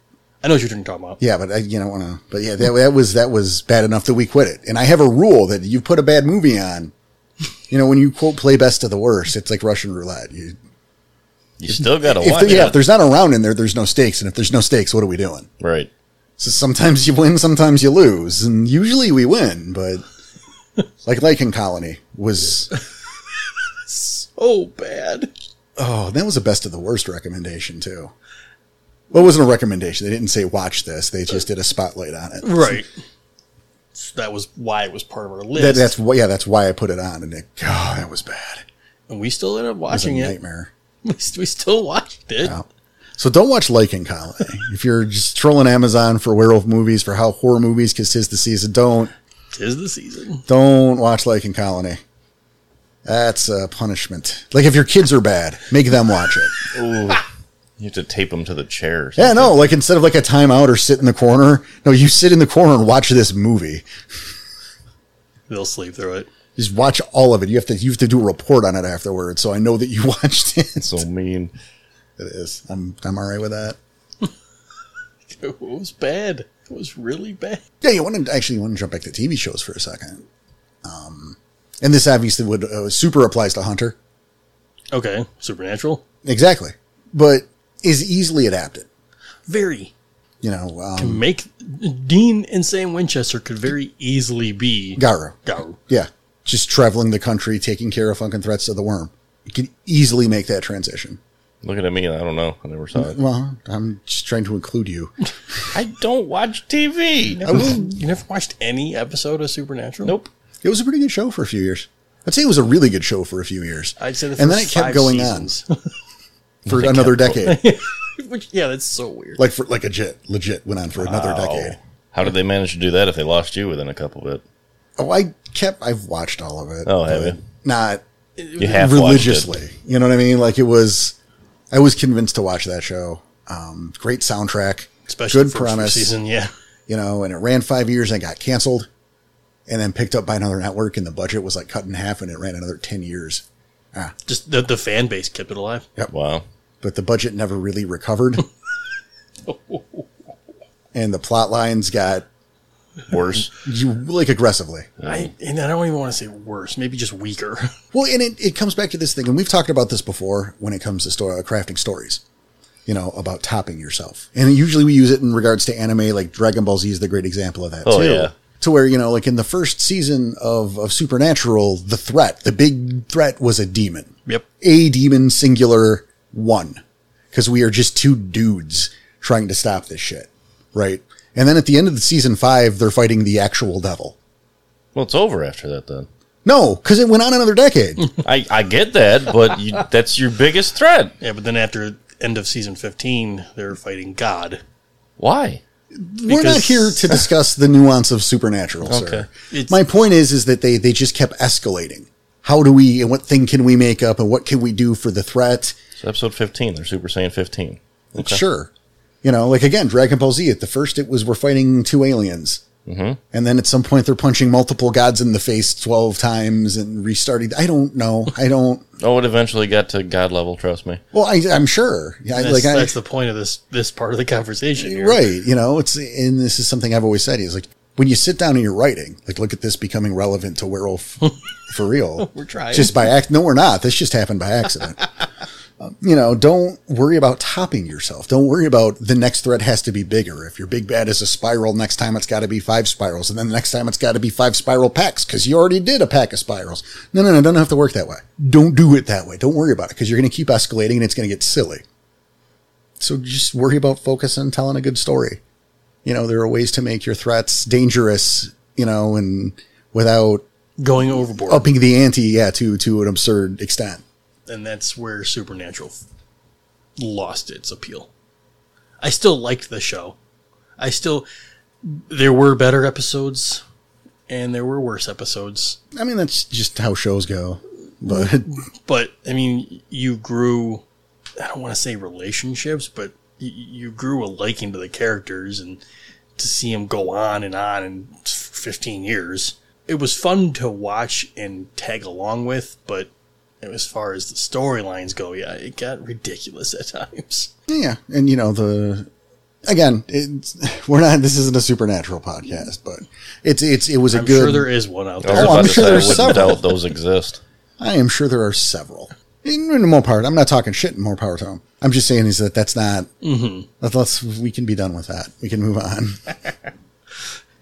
I know what you're talking about. Yeah, but I, you don't want to. But yeah, that, that was that was bad enough that we quit it. And I have a rule that you put a bad movie on. You know, when you quote play best of the worst, it's like Russian roulette. You, You still Oh, got to if watch there, yeah, if it. there's not a round in there, there's no stakes. And if there's no stakes, what are we doing? Right. So sometimes you win, sometimes you lose, and usually we win. But like Lycan Colony was Oh, bad. oh that was a best of the worst recommendation too. Well, it wasn't a recommendation. They didn't say watch this. They just did a spotlight on it. Right. that was why it was part of our list. That, that's why- yeah. That's why I put it on. And it, oh, that was bad. and we still ended up It's a watching it. nightmare. We, st- we still watched it. Wow. So don't watch Lycan Colony. if you're just trolling Amazon for werewolf movies, for how horror movies, because tis the season, don't Tis the season. don't watch Lycan Colony. That's a punishment. Like if your kids are bad, make them watch it. Ooh. You have to tape them to the chair. or Yeah, something. no, like instead of like a timeout or sit in the corner, no, you sit in the corner and watch this movie. They'll sleep through it. Just watch all of it. You have to you have to do a report on it afterwards, so I know that you watched it. So mean. It is. I'm I'm all right with that. It was bad. It was really bad. Yeah, you want to actually you want to jump back to TV shows for a second. Um, and this obviously would uh, super applies to Hunter Okay. Supernatural. exactly, but is easily adapted. Very. You know, um, Make Dean and Sam Winchester could very easily be Garu. Garu. Yeah, just traveling the country, taking care of fucking threats to the worm. You can easily make that transition. Looking at me, I don't know. I never saw it. Well, I'm just trying to include you. I don't watch TV. I will- You never watched any episode of Supernatural? Nope. it was a pretty good show for a few years. I'd say it was a really good show for a few years. I'd say the first and then it kept five going seasons. on for another kept decade. Which, yeah, that's so weird. like for like legit, legit went on for another decade. How did they manage to do that if they lost you within a couple of it? Oh, I kept. I've watched all of it. Oh, have but you? Not You have religiously. You know what I mean? Like it was. I was convinced to watch that show. Um, great soundtrack, Especially good for first premise. season, yeah. You know, and it ran five years and got canceled, and then picked up by another network, and the budget was like cut in half, and it ran another ten years. Just the, the fan base kept it alive. Wow. But the budget never really recovered, and the plot lines got Worse. you like aggressively. I and I don't even want to say worse, maybe just weaker. Well, and it, it comes back to this thing, and we've talked about this before when it comes to story, crafting stories, you know, about topping yourself. And usually we use it in regards to anime, like Dragon Ball Z is the great example of that, Oh, too. yeah. To where, you know, like in the first season of, of Supernatural, the threat, the big threat was a demon. Yep. A demon singular one. Because we are just two dudes trying to stop this shit. Right. And then at the end of the season five, they're fighting the actual devil. Well, it's over after that then. No, because it went on another decade. I, I get that, but you, that's your biggest threat. Yeah, but then after end of season fifteen, they're fighting God. Why? We're not Because- here to discuss the nuance of supernatural, Okay. sir. It's- My point is, is that they they just kept escalating. How do we and what thing can we make up and what can we do for the threat? It's episode 15. They're Super Saiyan 15. Okay. Sure, you know, like again, Dragon Ball Z. At the first, it was we're fighting two aliens, mm-hmm. and then at some point they're punching multiple gods in the face twelve times and restarting. I don't know. I don't. Oh, it eventually got to God level, trust me. Well, I, I'm sure. Yeah, I- That's, like I- that's the point of this this part of the conversation here. Right. You know, it's, and this is something I've always said is like, when you sit down and you're writing, like, look at this becoming relevant to werewolf for real. We're trying. Just by act. No, we're not. This just happened by accident. Um, you know, don't worry about topping yourself. Don't worry about the next threat has to be bigger. If your big bad is a spiral, next time it's got to be five spirals. And then the next time it's got to be five spiral packs because you already did a pack of spirals. No, no, no. Don't have to work that way. Don't do it that way. Don't worry about it because you're going to keep escalating and it's going to get silly. So just worry about focusing on telling a good story. You know, there are ways to make your threats dangerous, you know, and without Going overboard. upping the ante, yeah, to to an absurd extent. and that's where Supernatural f- lost its appeal. I still liked the show. I still there were better episodes and there were worse episodes, I mean, that's just how shows go. But but I mean, you grew I don't want to say relationships, but y- you grew a liking to the characters and to see them go on and on in f- 15 years. It was fun to watch and tag along with, but as far as the storylines go, yeah, it got ridiculous at times. yeah, and you know the again, it's, we're not. This isn't a supernatural podcast, but it's it's it was a I'm good. sure there is one out I was there. Oh, about I'm to sure say, I there's wouldn't several. doubt those exist. I am sure there are several. In, in more power, I'm not talking shit. In more power to 'em. I'm just saying is that that's not. Mm-hmm. That, let's we can be done with that. We can move on.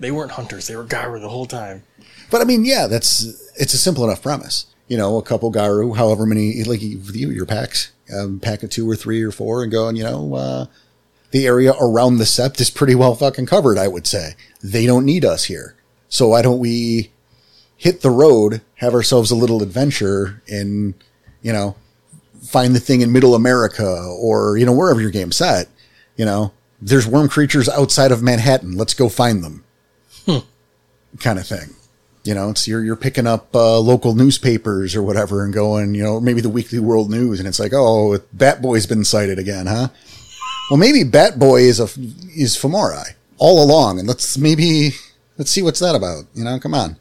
They weren't hunters; they were Garu the whole time. But I mean, yeah, that's it's a simple enough premise. You know, a couple garu, however many, like you, you- your packs, um, pack of two or three or four, and going, you know, uh, the area around the sept is pretty well fucking covered. I would say they don't need us here, so why don't we hit the road, have ourselves a little adventure, and you know, find the thing in Middle America or you know wherever your game's set. You know, there's worm creatures outside of Manhattan. Let's go find them. Kind of thing. You know, it's you're you're picking up uh, local newspapers or whatever and going, you know, maybe the Weekly World News, and it's like, oh, Bat Boy's been sighted again, huh? Well, maybe Bat Boy is a f- is Fomori all along, and let's maybe let's see what's that about. You know, come on.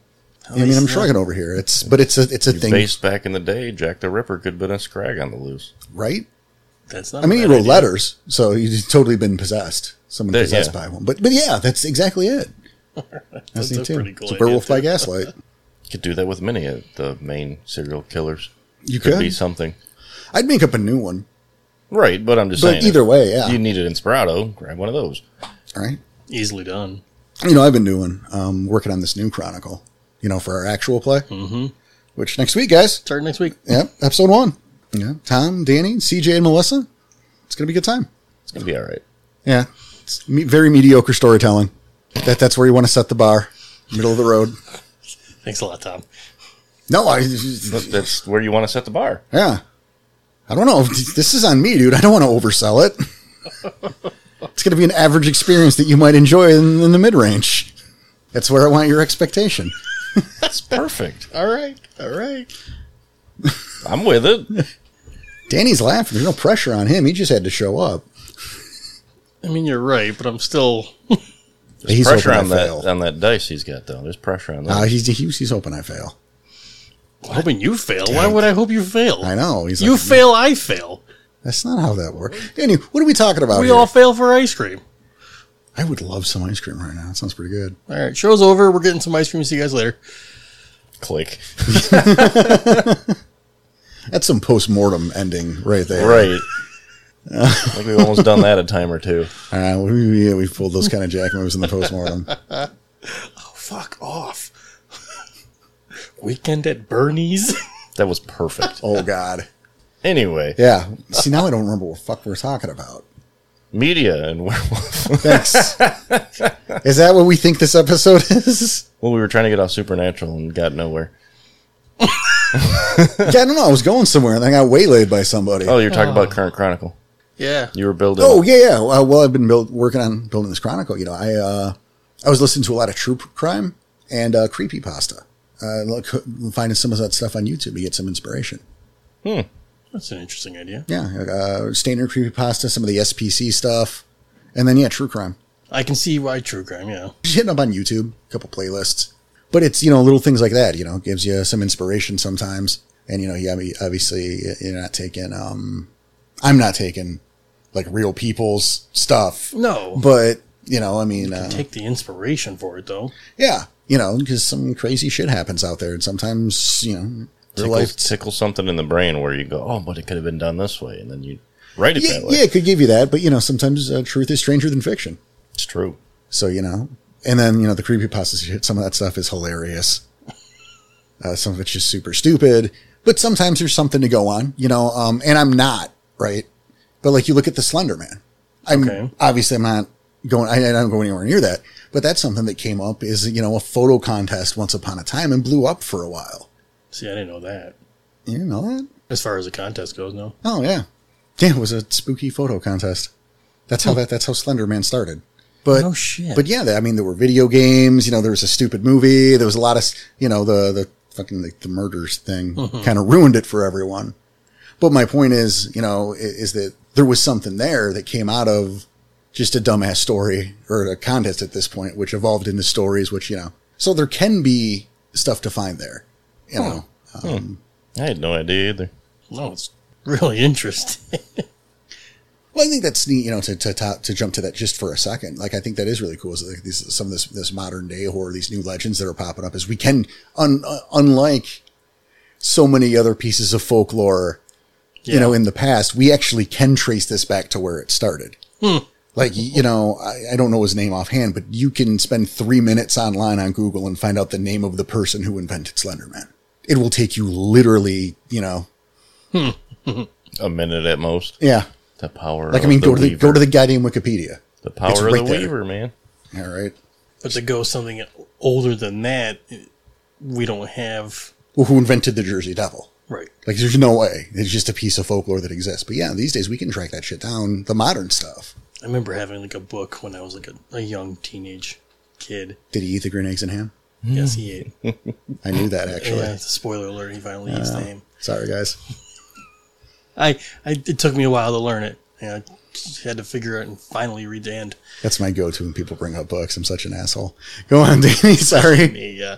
I mean, I'm shrugging over here. It's but it's a it's a thing, Based back in the day, Jack the Ripper could have been a scrag on the loose. right? That's not. I mean, a he bad wrote idea. letters, so he's totally been possessed. Someone There- possessed yeah. by one, but but yeah, that's exactly it. that's a pretty cool It's a idea, werewolf by too. gaslight. Could do that with many of the main serial killers. You Could be could. something. I'd make up a new one, Right, but I'm just but saying. either if way, yeah, You need it in Sperato, grab one of those. right. Easily done. you know, I've been doing um, working on this new chronicle, you know, for our actual play, mm-hmm. which next week, guys. Start next week. Yep, episode one. Yeah, Tom, Danny, CJ, and Melissa. It's gonna be a good time. It's going to be all right. Yeah, it's me- very mediocre storytelling. That that's where you want to set the bar, middle of the road. Thanks a lot, Tom. No, I. But that's where you want to set the bar. Yeah, I don't know. This is on me, dude. I don't want to oversell it. it's gonna be an average experience that you might enjoy in, in the mid range. That's where I want your expectation. That's perfect. All right. All right. I'm with it. Danny's laughing. There's no pressure on him. He just had to show up. I mean, you're right, but I'm still. There's He's pressure on hoping I that uh, fail. on that dice he's got though. There's pressure on that. Uh, he's, he's he's hoping I fail. hoping you fail. Why would I hope you fail? I know. He's You like, fail, I fail. that's not how that works. Danny, what are we talking about? We here? all fail for ice cream. I would love some ice cream right now. That sounds pretty good. All right, show's over. We're getting some ice cream. See you guys later. Click. That's some post mortem ending right there. Right. I think we've almost done that a time or two. All right. Uh, We, yeah, we pulled those kind of jack moves in the post mortem. Oh, Fuck off. Weekend at Bernie's. That was perfect. oh God. Anyway, Yeah. See, now I don't remember what fuck we're talking about. media and werewolf. Thanks. is that what we think this episode is? well, we were trying to get off supernatural and got nowhere. yeah, I don't know. I was going somewhere and I got waylaid by somebody. Oh, you're talking about current chronicle. yeah. You were building. Oh yeah, yeah. Uh, well, I've been build, working on building this chronicle. You know, I uh, I was listening to a lot of true crime and uh, creepy pasta. Uh, look, finding some of that stuff on YouTube to get some inspiration. That's an interesting idea. Yeah, uh, standard creepy pasta, some of the SPC stuff, and then yeah, true crime. I can see why true crime, yeah. Just hitting up on YouTube, a couple playlists. But it's you know little things like that. You know, gives you some inspiration sometimes. And you know, yeah, I mean, obviously you're not taking. Um, I'm not taking like real people's stuff, No. but you know, I mean, uh, Take the inspiration for it, though. Yeah, you know, because some crazy shit happens out there, and sometimes you know, their tickle, life. tickle something in the brain where you go, oh, but it could have been done this way, and then you write it yeah, that way. yeah, it could give you that, but you know, sometimes uh, truth is stranger than fiction. It's true. So you know, and then you know, the creepy shit. Some of that stuff is hilarious. Uh, some of it's just super stupid, but sometimes there's something to go on, you know. Um, and I'm not right, but like you look at the Slender Man. I'm Okay. obviously I'm not going, I, I don't go anywhere near that, but that's something that came up is, you know, a photo contest once upon a time and blew up for a while. See, I didn't know that. You know that? As far as the contest goes, no. Oh yeah, yeah. It was a spooky photo contest. That's how that. That's how Slender Man started. But No shit. But yeah, I mean, there were video games. You know, there was a stupid movie. There was a lot of you know the the fucking the, the murders thing kind of ruined it for everyone. But my point is, you know, i- is that there was something there that came out of just a dumbass story or a contest at this point, which evolved into stories, which you know. So there can be stuff to find there. You know, I had no idea either. No, it's really interesting. Well, I think that's neat, you know, to to to, to jump to that just for a second. Like, I think that is really cool. Is like these some of this this modern day horror, these new legends that are popping up, is we can un, uh, unlike so many other pieces of folklore, you know, in the past, we actually can trace this back to where it started. Like, y- you know, I, I don't know his name offhand, but you can spend three minutes online on Google and find out the name of the person who invented Slenderman. It will take you literally, you know, A minute at most. yeah. The power. Like, of I mean, the go to the weaver. go to the goddamn Wikipedia. the power it's of right the there. weaver, man. All right. but to go something older than that, we don't have. Well, who invented the Jersey Devil. Right. Like, there's no way. It's just a piece of folklore that exists. But yeah, these days we can track that shit down. The modern stuff. I remember having like a book when I was like a, a young teenage kid. Did he eat the green eggs and ham? Yes, he ate. Yeah, I knew that actually. it's a spoiler alert. He finally eats the ham. Sorry, guys. I, I it took me a while to learn it. And I just had to figure it and finally read the end. That's my go-to when people bring up books. I'm such an asshole. Go on, Danny. Sorry. Me, uh,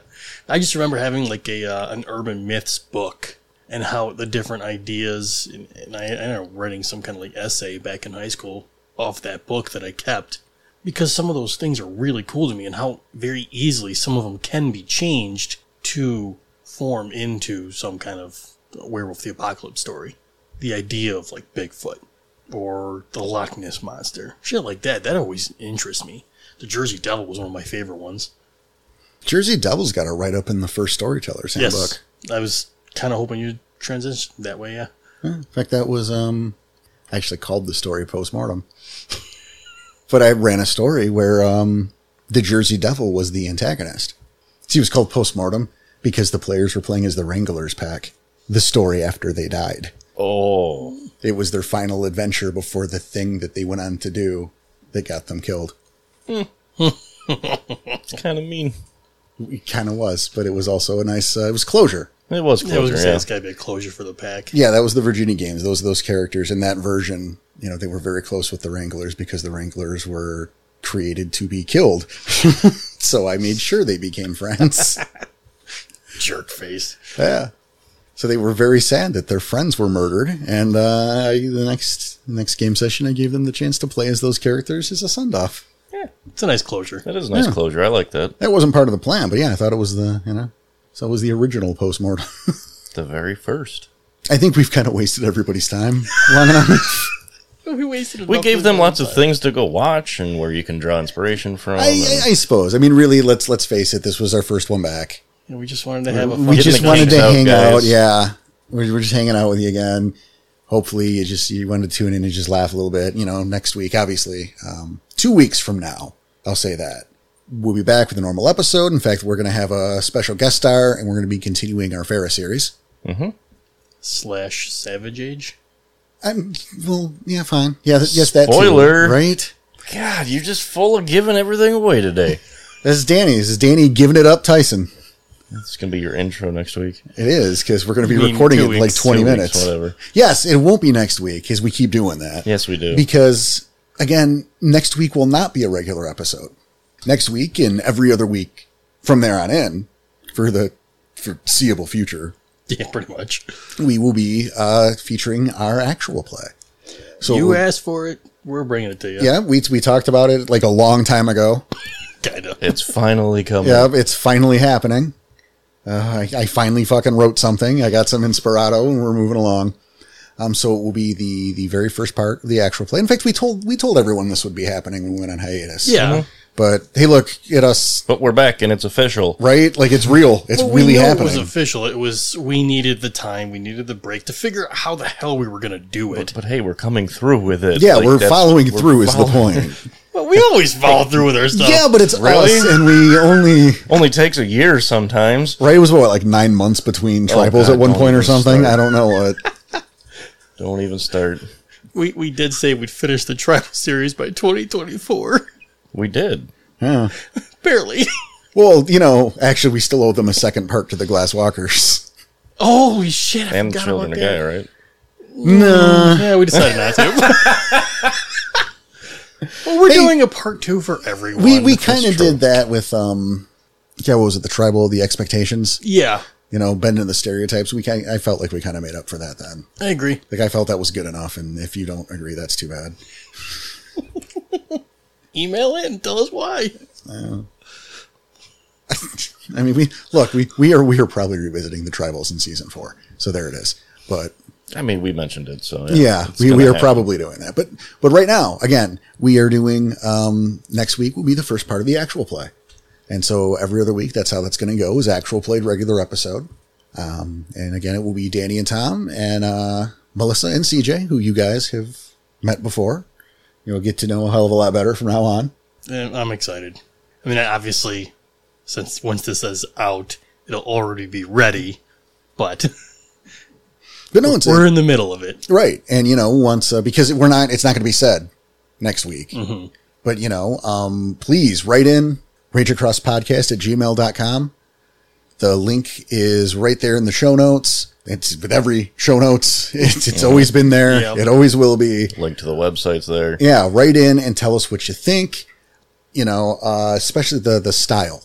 I just remember having like a uh, an urban myths book and how the different ideas. And, and I, I ended up writing some kind of like essay back in high school off that book that I kept because some of those things are really cool to me and how very easily some of them can be changed to form into some kind of werewolf the apocalypse story. The idea of like Bigfoot or the Loch Ness monster, shit like that. That always interests me. The Jersey Devil was one of my favorite ones. Jersey Devil's got it right up in the first storyteller's handbook. I was kind of hoping you'd transition that way, yeah. In fact, that was um, I actually called the story postmortem. but I ran a story where um, the Jersey Devil was the antagonist. See, it was called postmortem because the players were playing as the Wranglers pack. The story after they died. Oh, It was their final adventure before the thing that they went on to do that got them killed. it's kind of mean. It kind of was, but it was also a nice. Uh, it was closure. It I was was closer. going to say, Yeah, it's got to be a closure for the pack. Yeah, that was the Virginia games. Those those characters in that version, you know, they were very close with the Wranglers because the Wranglers were created to be killed. so I made sure they became friends. Jerk face. yeah. So they were very sad that their friends were murdered, and uh, I, the next next game session, I gave them the chance to play as those characters as a send off. It's a nice closure. that is a nice Yeah. closure. I like that. That wasn't part of the plan, but yeah, I thought it was the you know, so it was the original postmortem. The very first. I think we've kind of wasted everybody's time long enough. Oh, We wasted We gave them lots of things to go watch and where you can draw inspiration from. I, I, I suppose. I mean, really, let's let's face it. This was our first one back. We just wanted to have a fun we Get just the wanted kinks to out, hang guys. out. Yeah, we're, we're just hanging out with you again. Hopefully, you just you wanted to tune in and just laugh a little bit. You know, next week, obviously, um, two weeks from now, I'll say that we'll be back with a normal episode. In fact, we're going to have a special guest star, and we're going to be continuing our Farah series. slash Savage Age. I'm well, yeah, fine, yeah, th- yes, that too, Spoiler. right? God, you're just full of giving everything away today. This is Danny. This is Danny giving it up, Tyson. It's gonna be your intro next week. It is because we're going to be mean recording two it in like weeks, twenty Two weeks, minutes. whatever. Yes, it won't be next week because we keep doing that. Yes, we do. Because again, next week will not be a regular episode. Next week and every other week from there on in, for the foreseeable future, Yeah, pretty much. we will be uh, featuring our actual play. So You asked for it. We're bringing it to you. yeah, we we talked about it like a long time ago. Kind of. it's finally coming. Yeah, it's finally happening. Uh, I, I finally fucking wrote something. I got some inspirato, and we're moving along. Um, so it will be the the very first part of the actual play. In fact, we told we told everyone this would be happening when we went on hiatus. Yeah. But hey, look at us, But we're back and it's official. right? Like it's real. It's Well, we really know happening. It was official. It was we needed the time, we needed the break to figure out how the hell we were going to do it. But hey, we're coming through with it. yeah, Like, we're that's- following we're through following- is the point. Well, we always follow through with our stuff. yeah, but it's Really? us, and we only Only takes a year sometimes. right. It was what like nine months between tribals Oh, God, at one don't point or even something. start. I don't know what. Don't even start. we we did say we'd finish the tribal series by 2024. We did. Yeah. Barely. Well, you know, actually, we still owe them a second part to the Glass Walkers. Holy shit! I And forgot children, about a that. guy, right? Nah, Yeah, we decided not to. well, we're Hey. doing a part two for everyone. we we That's kind of true. did that with um, yeah, what was it? The tribal, the expectations. Yeah, You know, bending the stereotypes. We kind I felt like we kind of made up for that then. I agree. Like I felt that was good enough, and if you don't agree, that's too bad. Email in, tell us why. I mean, we look, we we are we are probably revisiting the tribals in season four, so there it is. But I mean, we mentioned it, so yeah, it's we, gonna we are happen. probably doing that. But but right now, again, we are doing um, next week will be the first part of the actual play, and so every other week that's how that's going to go is actual played regular episode. Um, and again, it will be Danny and Tom and uh, Melissa and CJ, who you guys have met before. You'll get to know a hell of a lot better from now on. And I'm excited. I mean, obviously, since once this is out, it'll already be ready. But But no one's we're in the middle of it. Right. And, you know, once, uh, because we're not, it's not going to be said next week. But, you know, um, please write in rageacrosspodcast at gmail.com. The link is right there in the show notes. It's with every show notes. It's, it's always been there. Yep. It always will be. Link to the websites there. Yeah. Write in and tell us what you think, you know, uh, especially the, the style.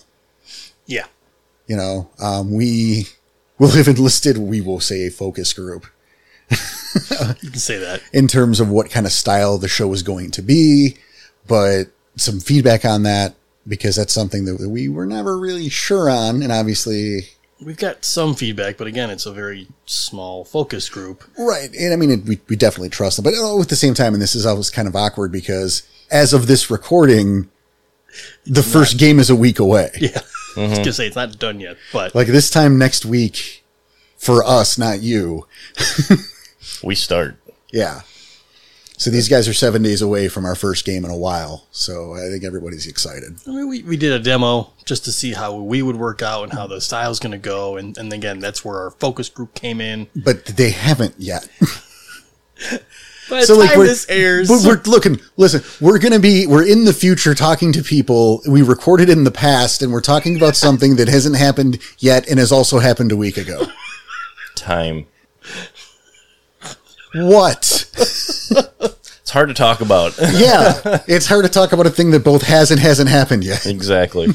Yeah. You know, um, we will have enlisted, we will say a focus group. You can say that. in terms of what kind of style the show is going to be, but some feedback on that because that's something that we were never really sure on. And obviously, We've got some feedback, but again, it's a very small focus group. right. And I mean, it, we, we definitely trust them, but oh, at the same time, and this is always kind of awkward because as of this recording, the first game is a week away. Yeah. Mm-hmm. I was gonna say it's not done yet, but Like this time next week for us, not you. We start. Yeah. So these guys are seven days away from our first game in a while. So I think everybody's excited. I mean, we, we did a demo just to see how we would work out and how the style's going to go. And, and again, that's where our focus group came in. But they haven't yet. By the so like time we're, this airs, we're, we're looking listen we're gonna be we're in the future talking to people we recorded in the past and we're talking about something that hasn't happened yet and has also happened a week ago Time. what It's hard to talk about. yeah it's hard to talk about a thing that both has and hasn't happened yet exactly.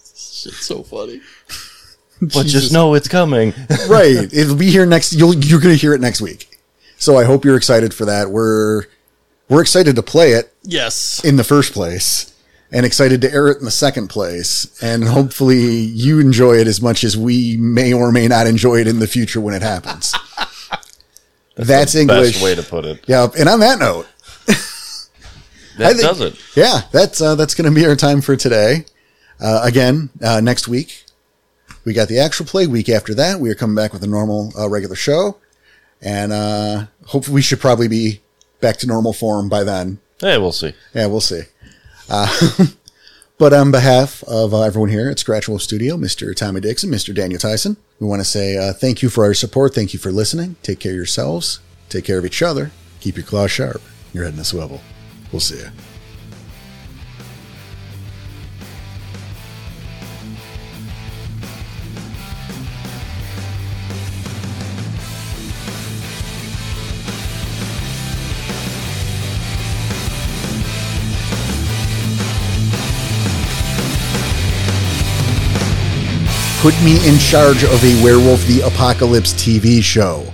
it's so funny. But just know it's coming. right it'll be here next you'll you're gonna hear it next week so i hope you're excited for that we're we're excited to play it Yes. in the first place and excited to air it in the second place. And hopefully you enjoy it as much as we may or may not enjoy it in the future when it happens. That's, English. Best way to put it. yeah. And on that note, That think- does it. yeah, that's, uh, that's going to be our time for today. Uh, again, uh, next week, we got the actual play week after that. We are coming back with a normal, uh, regular show. And, uh, hopefully we should probably be back to normal form by then. Yeah, we'll see. Yeah, we'll see. Uh, but on behalf of uh, everyone here at Scratch Wolf Studio, Mr. Tommy Dixon, Mr. Daniel Tyson, we want to say uh, thank you for our support. Thank you for listening. Take care of yourselves. Take care of each other. Keep your claws sharp. Your head in a swivel. We'll see you. Put me in charge of a Werewolf the Apocalypse TV show.